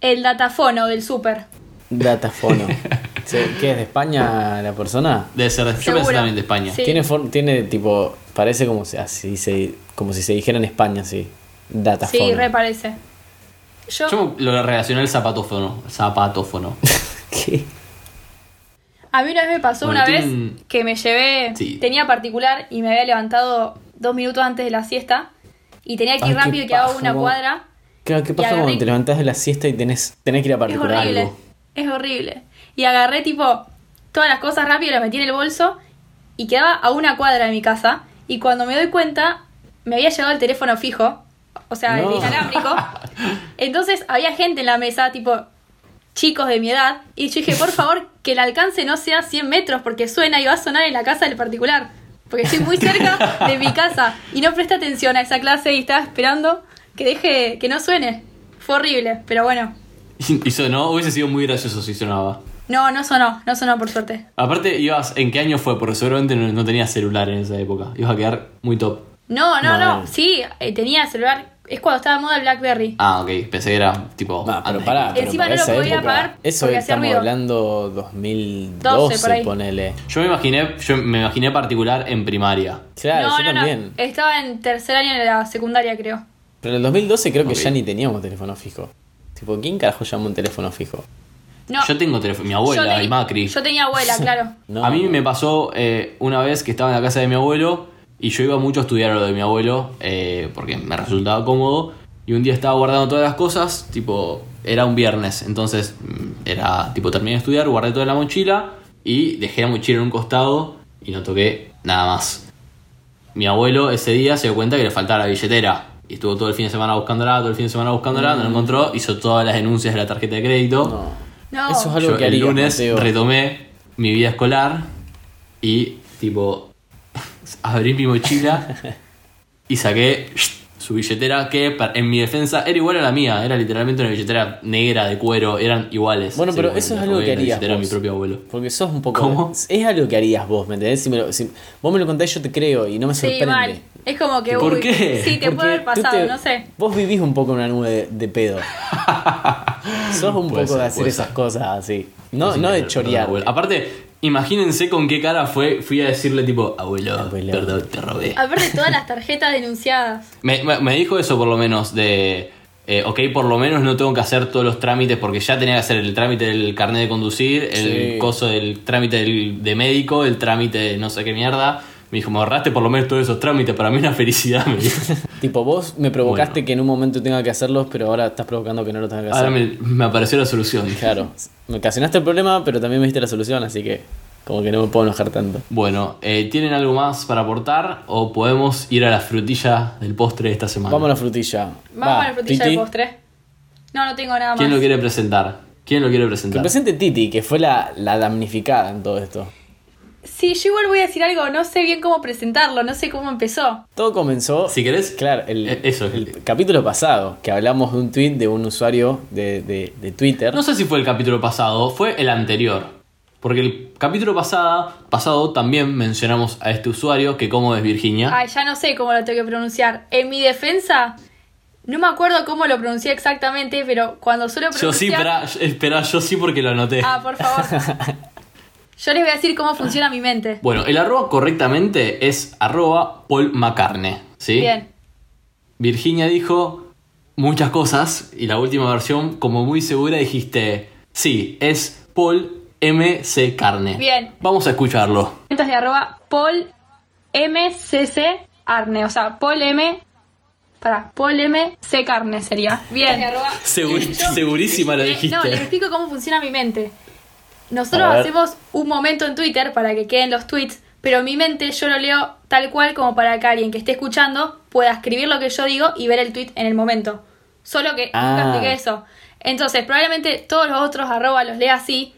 [SPEAKER 2] el datafono del súper.
[SPEAKER 3] Datafono. Sí, ¿Qué es de España la persona?
[SPEAKER 4] Debe ser de, yo
[SPEAKER 2] Seguro.
[SPEAKER 4] pensé también de España.
[SPEAKER 2] Sí.
[SPEAKER 3] Tiene, for- tiene tipo, parece como si, así se, como si se dijera en España, sí. Datafono.
[SPEAKER 2] Sí, re parece. Yo,
[SPEAKER 4] Yo lo relacioné al zapatófono. Zapatófono.
[SPEAKER 3] ¿Qué?
[SPEAKER 2] a mí una vez me pasó
[SPEAKER 4] Bueno,
[SPEAKER 2] una
[SPEAKER 4] tiene
[SPEAKER 2] vez
[SPEAKER 4] un-
[SPEAKER 2] que me llevé,
[SPEAKER 4] Sí.
[SPEAKER 2] tenía particular y me había levantado dos minutos antes de la siesta y tenía que ir
[SPEAKER 3] Ay, qué
[SPEAKER 2] rápido y quedaba
[SPEAKER 3] paja,
[SPEAKER 2] una
[SPEAKER 3] vos.
[SPEAKER 2] cuadra.
[SPEAKER 3] Claro, ¿qué pasa
[SPEAKER 2] agarré-
[SPEAKER 3] cuando te levantás de la siesta y tenés, tenés que ir a
[SPEAKER 2] Es
[SPEAKER 3] particular
[SPEAKER 2] horrible.
[SPEAKER 3] algo?
[SPEAKER 2] Es horrible. Y agarré tipo todas las cosas rápido, las metí en el bolso y quedaba a una cuadra de mi casa. Y cuando me doy cuenta, me había llegado el teléfono fijo, o sea,
[SPEAKER 3] No.
[SPEAKER 2] el inalámbrico. Entonces había gente en la mesa, tipo chicos de mi edad. Y yo dije, por favor, que el alcance no sea 100 metros porque suena y va a sonar en la casa del particular. Porque estoy muy cerca de mi casa y no presté atención a esa clase y estaba esperando que deje que no suene. Fue horrible, pero bueno,
[SPEAKER 4] Y sonó, hubiese sido muy gracioso si sonaba.
[SPEAKER 2] no, no sonó, no sonó por suerte.
[SPEAKER 4] Aparte, ibas, ¿en qué año fue? Porque seguramente no, no tenías celular en esa época. Ibas a quedar muy top.
[SPEAKER 2] No, no,
[SPEAKER 3] No.
[SPEAKER 2] no, sí, eh, tenía celular, es cuando estaba de moda el Blackberry.
[SPEAKER 4] Ah, ok, pensé que era tipo.
[SPEAKER 3] Ah, pero
[SPEAKER 4] antes.
[SPEAKER 3] pará, pero
[SPEAKER 2] Encima
[SPEAKER 3] para
[SPEAKER 2] no lo
[SPEAKER 3] esa
[SPEAKER 2] podía
[SPEAKER 3] época-
[SPEAKER 2] apagar
[SPEAKER 3] Eso
[SPEAKER 2] porque hacía
[SPEAKER 3] estamos
[SPEAKER 2] ruido.
[SPEAKER 3] hablando 2012,
[SPEAKER 2] 12 por ahí.
[SPEAKER 3] ponele.
[SPEAKER 4] Yo me imaginé, yo me imaginé particular en primaria.
[SPEAKER 3] Claro,
[SPEAKER 2] no,
[SPEAKER 3] yo
[SPEAKER 2] no,
[SPEAKER 3] también.
[SPEAKER 2] no, estaba en tercer año de la secundaria, creo.
[SPEAKER 3] Pero en el 2012 creo que
[SPEAKER 4] Ok.
[SPEAKER 3] ya ni teníamos teléfono fijo. Tipo, ¿quién carajo llama un teléfono fijo?
[SPEAKER 2] No,
[SPEAKER 4] Yo tengo teléfono, mi abuela,
[SPEAKER 2] teni-
[SPEAKER 4] y Macri.
[SPEAKER 2] Yo tenía abuela, claro.
[SPEAKER 3] No.
[SPEAKER 4] A mí me pasó eh, una vez que estaba en la casa de mi abuelo y yo iba mucho a estudiar a lo de mi abuelo eh, porque me resultaba cómodo. Y un día estaba guardando todas las cosas, tipo, era un viernes, entonces mm, era tipo, terminé de estudiar, guardé toda la mochila y dejé la mochila en un costado y no toqué nada más. Mi abuelo ese día se dio cuenta que le faltaba la billetera. Y estuvo todo el fin de semana buscándola, todo el fin de semana buscándola, no la encontró, hizo todas las denuncias de la tarjeta de crédito.
[SPEAKER 3] Mm. No.
[SPEAKER 2] No,
[SPEAKER 3] Eso es algo
[SPEAKER 4] Yo
[SPEAKER 3] que
[SPEAKER 4] el
[SPEAKER 3] haría,
[SPEAKER 4] lunes
[SPEAKER 3] Mateo.
[SPEAKER 4] retomé mi vida escolar y tipo abrí mi mochila y saqué su billetera que pa- en mi defensa era igual a la mía, era literalmente una billetera negra de cuero, eran iguales.
[SPEAKER 3] Bueno,
[SPEAKER 4] Sí,
[SPEAKER 3] pero eso es
[SPEAKER 4] la
[SPEAKER 3] algo
[SPEAKER 4] tomé
[SPEAKER 3] que
[SPEAKER 4] la
[SPEAKER 3] harías
[SPEAKER 4] billetera de
[SPEAKER 3] vos.
[SPEAKER 4] mi propio abuelo.
[SPEAKER 3] Porque sos un poco.
[SPEAKER 4] ¿Cómo?
[SPEAKER 3] Es algo que harías vos, ¿me entendés? Si, me lo- si- vos me lo contás, yo te creo y no me
[SPEAKER 2] sí,
[SPEAKER 3] sorprende.
[SPEAKER 2] mal. Es como que,
[SPEAKER 4] ¿Por
[SPEAKER 2] uy,
[SPEAKER 4] qué?
[SPEAKER 2] sí, te
[SPEAKER 3] Porque
[SPEAKER 2] puede haber
[SPEAKER 3] tú
[SPEAKER 2] pasado,
[SPEAKER 3] te-
[SPEAKER 2] no sé.
[SPEAKER 3] Vos vivís un poco en una nube de, de pedo. sos un
[SPEAKER 4] Puede
[SPEAKER 3] poco de
[SPEAKER 4] ser,
[SPEAKER 3] hacer
[SPEAKER 4] puede
[SPEAKER 3] esas
[SPEAKER 4] ser.
[SPEAKER 3] cosas así. No,
[SPEAKER 4] Así
[SPEAKER 3] no
[SPEAKER 4] que,
[SPEAKER 3] de
[SPEAKER 4] perdón,
[SPEAKER 3] chorear.
[SPEAKER 4] abuelo. Aparte, imagínense con qué cara fue, fui a decirle tipo, abuelo,
[SPEAKER 3] Abuelo.
[SPEAKER 4] perdón, te robé.
[SPEAKER 2] Aparte todas las tarjetas denunciadas.
[SPEAKER 4] Me, me- me dijo eso por lo menos de... eh, ok, por lo menos no tengo que hacer todos los trámites porque ya tenía que hacer el trámite del carnet de conducir, el
[SPEAKER 3] Sí.
[SPEAKER 4] coso del trámite del, de médico, el trámite de no sé qué mierda. Me dijo, me ahorraste por lo menos todos esos trámites, para mí es una felicidad. me dijo.
[SPEAKER 3] Tipo, vos me provocaste
[SPEAKER 4] Bueno.
[SPEAKER 3] que en un momento tenga que hacerlos, pero ahora estás provocando que no lo tenga que hacer.
[SPEAKER 4] Ahora me, me apareció la solución.
[SPEAKER 3] Claro. Me ocasionaste el problema, pero también me diste la solución, así que como que no me puedo enojar tanto.
[SPEAKER 4] Bueno, eh, ¿tienen algo más para aportar o podemos ir a la frutilla del postre de esta semana?
[SPEAKER 3] Vamos a la frutilla.
[SPEAKER 2] Vamos
[SPEAKER 3] Va,
[SPEAKER 2] a la frutilla
[SPEAKER 3] Titi.
[SPEAKER 2] de postre. No, no tengo nada más.
[SPEAKER 4] ¿Quién lo quiere presentar? ¿Quién lo quiere
[SPEAKER 3] Que
[SPEAKER 4] presentar?
[SPEAKER 3] presente Titi, que fue la, la damnificada en todo esto.
[SPEAKER 2] Sí, yo igual voy a decir algo, no sé bien cómo presentarlo, no sé cómo empezó.
[SPEAKER 3] Todo comenzó.
[SPEAKER 4] Si querés.
[SPEAKER 3] Claro, el,
[SPEAKER 4] Eh, eso.
[SPEAKER 3] el capítulo pasado, que hablamos de un tweet de un usuario de, de- de Twitter.
[SPEAKER 4] No sé si fue el capítulo pasado, fue el anterior. Porque el capítulo pasada, pasado también mencionamos a este usuario que como es Virginia.
[SPEAKER 2] Ay, ya no sé cómo lo tengo que pronunciar. En mi defensa, no me acuerdo cómo lo pronuncié exactamente, pero cuando suelo
[SPEAKER 4] yo
[SPEAKER 2] pronunciar...
[SPEAKER 4] sí, espera, espera, yo sí porque lo anoté.
[SPEAKER 2] Ah, por favor. Yo les voy a decir cómo funciona mi mente.
[SPEAKER 4] Bueno, el arroba correctamente es arroba Paul Macarne. ¿Sí?
[SPEAKER 2] Bien.
[SPEAKER 4] Virginia dijo muchas cosas y la última versión, como muy segura, dijiste, sí, es Paul MC Carne.
[SPEAKER 2] Bien.
[SPEAKER 4] Vamos a escucharlo.
[SPEAKER 2] Cuentas de arroba Paul MCC Arne, o sea, Paul M... Para, Paul M C Carne sería. Bien.
[SPEAKER 4] Seguri- segurísima lo
[SPEAKER 2] Eh,
[SPEAKER 4] dijiste.
[SPEAKER 2] No, les explico cómo funciona mi mente. Nosotros
[SPEAKER 3] A ver.
[SPEAKER 2] hacemos un momento en Twitter para que queden los tweets, pero mi mente yo lo leo tal cual como para que alguien que esté escuchando pueda escribir lo que yo digo y ver el tweet en el momento. Solo que
[SPEAKER 3] Ah.
[SPEAKER 2] nunca expliqué eso. Entonces, probablemente todos los otros arroba los lea así,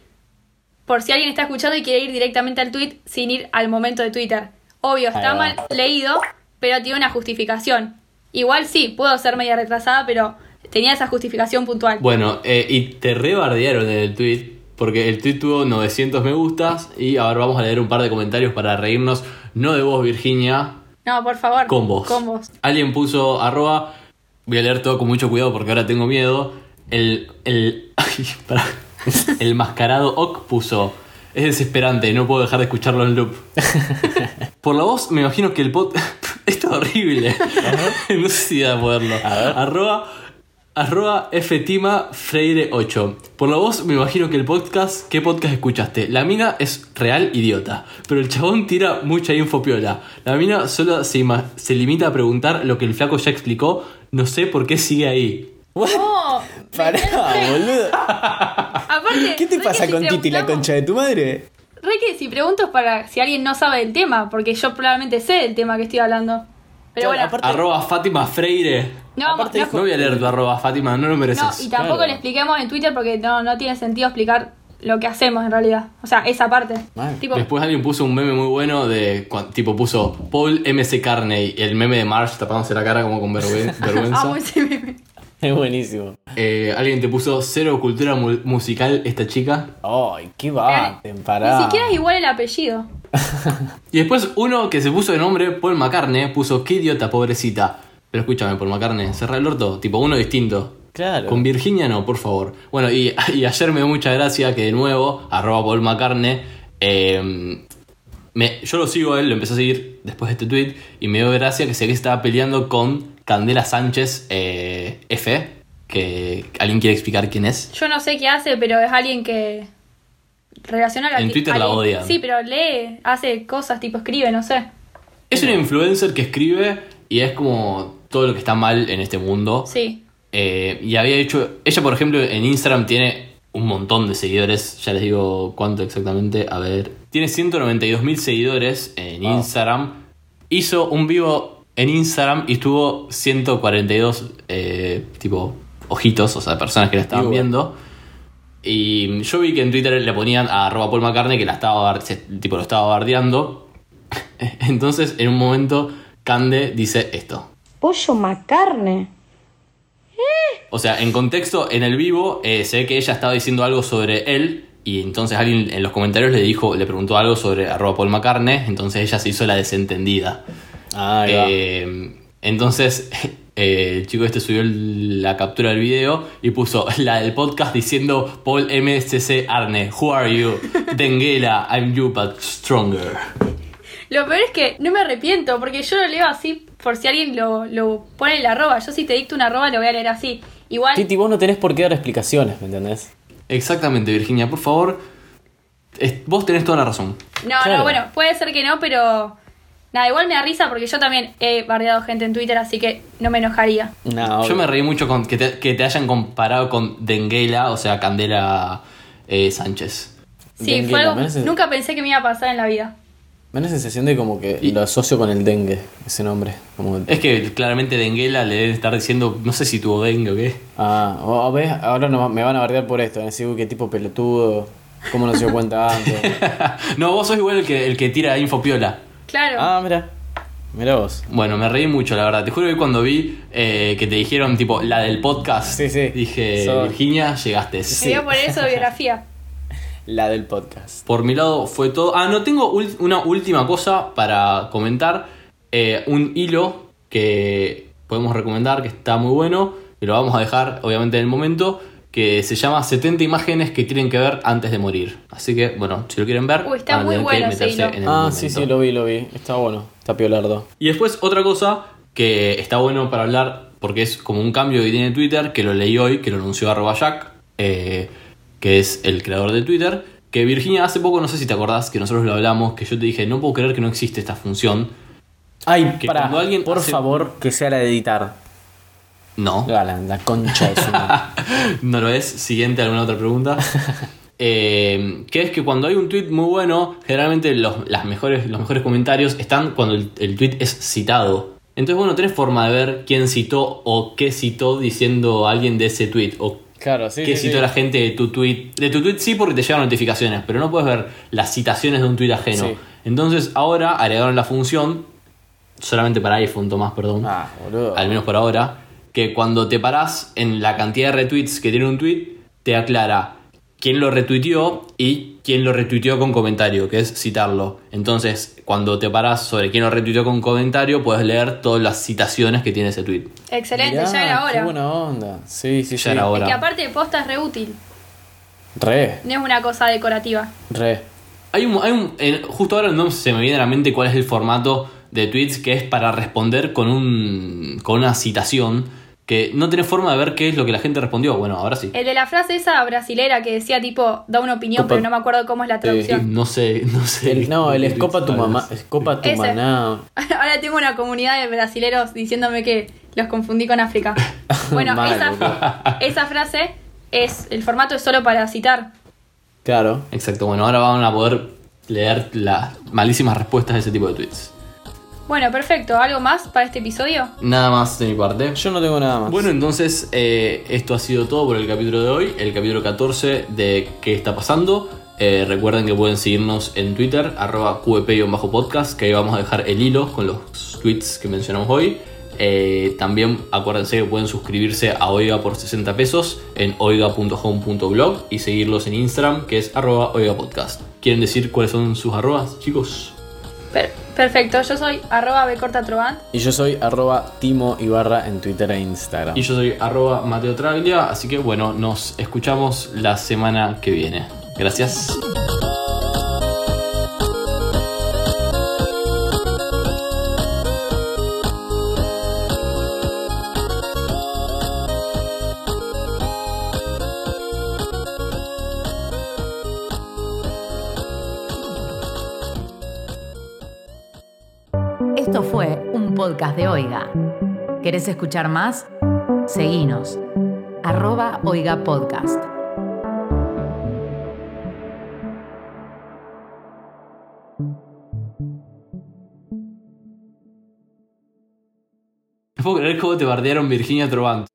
[SPEAKER 2] por si alguien está escuchando y quiere ir directamente al tweet sin ir al momento de Twitter. Obvio, está
[SPEAKER 3] Ahí va.
[SPEAKER 2] mal leído, pero tiene una justificación. Igual sí, puedo ser media retrasada, pero tenía esa justificación puntual.
[SPEAKER 4] Bueno, eh, y te rebardearon en el tweet, porque el tweet tuvo 900 me gustas y ahora vamos a leer un par de comentarios para reírnos, no de vos Virginia,
[SPEAKER 2] No, por favor.
[SPEAKER 4] con vos.
[SPEAKER 2] Con vos.
[SPEAKER 4] Alguien puso arroba, voy a leer todo con mucho cuidado porque ahora tengo miedo, el... el ay, pará. El mascarado Ock puso. Es desesperante, no puedo dejar de escucharlo en loop. Por la voz, me imagino que el pod. Esto es horrible. no sé si voy a poderlo. Arroba. Arroba ftima freire 8 Por la voz me imagino que el podcast... ¿Qué podcast escuchaste? La mina es real idiota, pero el chabón tira mucha info piola. La mina solo se, ima- se limita a preguntar lo que el flaco ya explicó, no sé por qué sigue ahí.
[SPEAKER 2] No,
[SPEAKER 3] Pará, boludo.
[SPEAKER 2] Oh, aparte,
[SPEAKER 3] ¿Qué te
[SPEAKER 2] re que
[SPEAKER 3] pasa
[SPEAKER 2] si
[SPEAKER 3] con Titi, la
[SPEAKER 2] preguntamos-
[SPEAKER 3] concha de tu madre?
[SPEAKER 2] Re que si pregunto es para si alguien no sabe el tema, porque yo probablemente sé el tema que estoy hablando. Pero
[SPEAKER 3] Claro,
[SPEAKER 2] bueno,
[SPEAKER 3] aparte-
[SPEAKER 4] Arroba Fátima Freire.
[SPEAKER 2] no, vamos-
[SPEAKER 3] aparte
[SPEAKER 2] no-
[SPEAKER 4] No voy a leer tu arroba Fátima, no lo
[SPEAKER 2] no,
[SPEAKER 4] mereces.
[SPEAKER 2] y tampoco
[SPEAKER 3] claro.
[SPEAKER 2] le expliquemos en Twitter porque no, no tiene sentido explicar lo que hacemos en realidad. O sea, esa parte.
[SPEAKER 3] Mal.
[SPEAKER 2] Tipo,
[SPEAKER 4] Después alguien puso un meme muy bueno de cua- tipo puso Paul MC Carney, el meme de Marsh tapándose la cara como con vergüen- vergüenza.
[SPEAKER 2] amo ese meme.
[SPEAKER 3] Es buenísimo.
[SPEAKER 4] Eh, alguien te puso cero cultura mu- musical esta chica.
[SPEAKER 3] Ay, qué va. Pará.
[SPEAKER 2] Ni siquiera es igual el apellido.
[SPEAKER 4] Y después uno que se puso de nombre Paul McCartney puso qué idiota, pobrecita. Pero escúchame, Paul McCartney, cerra el orto, tipo uno distinto.
[SPEAKER 3] Claro.
[SPEAKER 4] Con Virginia no, por favor. Bueno, y, y ayer me dio mucha gracia que de nuevo, arroba Paul McCartney, eh, me- yo lo sigo a él, lo empecé a seguir después de este tweet y me dio gracia que sé que estaba peleando con Candela Sánchez eh, F, que alguien quiere explicar quién es.
[SPEAKER 2] Yo no sé qué hace, pero es alguien que relaciona a la
[SPEAKER 4] En
[SPEAKER 2] ti-
[SPEAKER 4] Twitter la
[SPEAKER 2] alguien-
[SPEAKER 4] odian.
[SPEAKER 2] Sí, pero lee, hace cosas, tipo escribe, no sé.
[SPEAKER 4] Es un influencer que escribe y es como todo lo que está mal en este mundo.
[SPEAKER 2] Sí.
[SPEAKER 4] Eh, y había hecho. Ella, por ejemplo, en Instagram tiene un montón de seguidores. Ya les digo cuánto exactamente. A ver. Tiene 192 mil seguidores en Instagram. Hizo un vivo en Instagram y tuvo 142 eh, tipo ojitos, o sea, personas que la estaban
[SPEAKER 3] Viewers.
[SPEAKER 4] viendo. Y yo vi que en Twitter le ponían a arroba Paul McCartney que la estaba, bar- se- tipo, lo estaba bardeando. Entonces, en un momento, Cande dice esto.
[SPEAKER 7] Pollo macarne.
[SPEAKER 4] O sea, en contexto, en el vivo, eh, se ve que ella estaba diciendo algo sobre él. Y entonces alguien en los comentarios le dijo, le preguntó algo sobre arroba Paul McCartney, entonces ella se hizo la desentendida.
[SPEAKER 3] Ahí va.
[SPEAKER 4] Eh, entonces, eh, el chico este subió el- la captura del video y puso la del podcast diciendo Paul MCC Arne, who are you? Denguela, I'm you but stronger.
[SPEAKER 2] Lo peor es que no me arrepiento, porque yo lo leo así por si alguien lo, lo pone en la arroba. Yo si te dicto una arroba lo voy a leer así. Igual,
[SPEAKER 3] Titi, vos no tenés por qué dar explicaciones, ¿me entendés?
[SPEAKER 4] Exactamente, Virginia, por favor. Es- vos tenés toda la razón.
[SPEAKER 2] no,
[SPEAKER 3] claro.
[SPEAKER 2] no, bueno, puede ser que no, pero... Nada, igual me da risa porque yo también he bardeado gente en Twitter, así que no me enojaría.
[SPEAKER 3] No,
[SPEAKER 4] Yo
[SPEAKER 3] obvio.
[SPEAKER 4] me reí mucho con que te, que te hayan comparado con Denguela, o sea, Candela eh, Sánchez.
[SPEAKER 2] Sí,
[SPEAKER 3] Dengue,
[SPEAKER 2] fue
[SPEAKER 3] la
[SPEAKER 2] algo...
[SPEAKER 3] verdad es-
[SPEAKER 2] Nunca pensé que me iba a pasar en la vida.
[SPEAKER 3] Me da la sensación de como que lo asocio con el dengue, ese nombre. Como
[SPEAKER 4] Es que claramente Denguela le deben estar diciendo, no sé si tuvo dengue o qué.
[SPEAKER 3] Ah, o- o ves, ahora no- me van a bardear por esto. Van a decir, "Uy, qué tipo pelotudo, cómo no se dio cuenta antes.
[SPEAKER 4] no, vos sos igual el que, el que tira info piola.
[SPEAKER 2] Claro.
[SPEAKER 3] ah, mira. Mira vos.
[SPEAKER 4] Bueno, me reí mucho, la verdad. Te juro que cuando vi eh, que te dijeron, tipo, la del podcast,
[SPEAKER 3] Sí, sí.
[SPEAKER 4] dije,
[SPEAKER 3] Sos-
[SPEAKER 4] Virginia, llegaste.
[SPEAKER 2] Me voy a poner eso de biografía.
[SPEAKER 3] La del podcast.
[SPEAKER 4] Por mi lado fue todo. Ah, no, tengo ul- una última cosa para comentar. Eh, un hilo que podemos recomendar, que está muy bueno, que lo vamos a dejar obviamente en el momento, que se llama 70 imágenes que tienen que ver antes de morir. Así que, bueno, si lo quieren ver,
[SPEAKER 2] Uy, está
[SPEAKER 4] van a
[SPEAKER 2] muy
[SPEAKER 4] tener
[SPEAKER 2] bueno
[SPEAKER 4] que
[SPEAKER 2] ese
[SPEAKER 4] meterse
[SPEAKER 2] hilo.
[SPEAKER 4] en el
[SPEAKER 3] Ah,
[SPEAKER 4] momento.
[SPEAKER 3] sí, sí, lo vi, lo vi. Está bueno. Está piolardo.
[SPEAKER 4] Y después otra cosa que está bueno para hablar, porque es como un cambio que tiene Twitter, que lo leí hoy, que lo anunció arroba Jack, eh, que es el creador de Twitter, que Virginia hace poco, no sé si te acordás, que nosotros lo hablamos, que yo te dije, no puedo creer que no existe esta función.
[SPEAKER 3] Ay,
[SPEAKER 4] Que
[SPEAKER 3] pará,
[SPEAKER 4] cuando alguien
[SPEAKER 3] por
[SPEAKER 4] hace-
[SPEAKER 3] favor, que sea la de editar.
[SPEAKER 4] No,
[SPEAKER 3] La, la- la concha de su madre.
[SPEAKER 4] no lo es. Siguiente, alguna otra pregunta. Eh, que es que cuando hay un tweet muy bueno, generalmente los, las mejores, los mejores comentarios están cuando el, el tweet es citado. Entonces, bueno, tenés forma de ver quién citó o qué citó diciendo alguien de ese tweet o
[SPEAKER 3] Claro, sí.
[SPEAKER 4] que
[SPEAKER 3] sí,
[SPEAKER 4] citó
[SPEAKER 3] sí.
[SPEAKER 4] la gente de tu tweet. De tu tweet sí porque te llegan notificaciones, pero no puedes ver las citaciones de un tweet ajeno.
[SPEAKER 3] Sí.
[SPEAKER 4] Entonces ahora agregaron la función, solamente para iPhone, Tomás, perdón,
[SPEAKER 3] Ah, boludo.
[SPEAKER 4] al menos por ahora, que cuando te parás en la cantidad de retweets que tiene un tweet, te aclara quién lo retuiteó y quién lo retuiteó con comentario, que es citarlo. Entonces, cuando te parás sobre quién lo retuiteó con comentario, puedes leer todas las citaciones que tiene ese tweet.
[SPEAKER 2] Excelente,
[SPEAKER 3] Mirá,
[SPEAKER 2] ya era
[SPEAKER 3] Qué
[SPEAKER 2] hora.
[SPEAKER 3] buena onda. Sí, sí,
[SPEAKER 4] Ya
[SPEAKER 3] sí.
[SPEAKER 4] era hora.
[SPEAKER 2] Es que aparte, posta es re útil.
[SPEAKER 3] Re,
[SPEAKER 2] No es una cosa decorativa.
[SPEAKER 3] re.
[SPEAKER 4] Hay un, hay un- en- justo ahora no se me viene a la mente cuál es el formato de tweets que es para responder con un con una citación que no tiene forma de ver qué es lo que la gente respondió. Bueno, ahora sí.
[SPEAKER 2] El de la frase esa brasilera que decía tipo, da una opinión,
[SPEAKER 3] Copa-
[SPEAKER 2] pero no me acuerdo cómo es la traducción.
[SPEAKER 4] No sé, no sé.
[SPEAKER 3] Eh, El- no, el escopa tu mamá, escopa tu
[SPEAKER 2] Ese.
[SPEAKER 3] maná.
[SPEAKER 2] Ahora tengo una comunidad de brasileros diciéndome que los confundí con África. Bueno,
[SPEAKER 3] Mal,
[SPEAKER 2] esa, esa frase es, el formato es solo para citar.
[SPEAKER 3] Claro.
[SPEAKER 4] Exacto, bueno, ahora van a poder leer las malísimas respuestas de ese tipo de tweets.
[SPEAKER 2] Bueno, perfecto. ¿Algo más para este episodio?
[SPEAKER 4] Nada más de mi parte.
[SPEAKER 3] Yo no tengo nada más.
[SPEAKER 4] Bueno, entonces eh, esto ha sido todo por el capítulo de hoy, el capítulo 14 de ¿Qué está pasando? Eh, recuerden que pueden seguirnos en Twitter, arroba E qep-podcast, que ahí vamos a dejar el hilo con los tweets que mencionamos hoy. Eh, también acuérdense que pueden suscribirse a Oiga por 60 pesos en oiga.home.blog y seguirlos en Instagram, que es arroba oigapodcast. ¿Quieren decir cuáles son sus arrobas, chicos?
[SPEAKER 2] Per- perfecto. Yo soy arroba becortatrovant.
[SPEAKER 3] Y yo soy arroba Timo Ibarra en Twitter e Instagram.
[SPEAKER 4] Y yo soy arroba Mateo Traglia, así que bueno, nos escuchamos la semana que viene. Gracias.
[SPEAKER 1] Esto fue un podcast de Oiga. ¿Querés escuchar más? Seguinos. Arroba Oiga Podcast.
[SPEAKER 4] No puedo creer cómo te bardearon Virginia Trovant.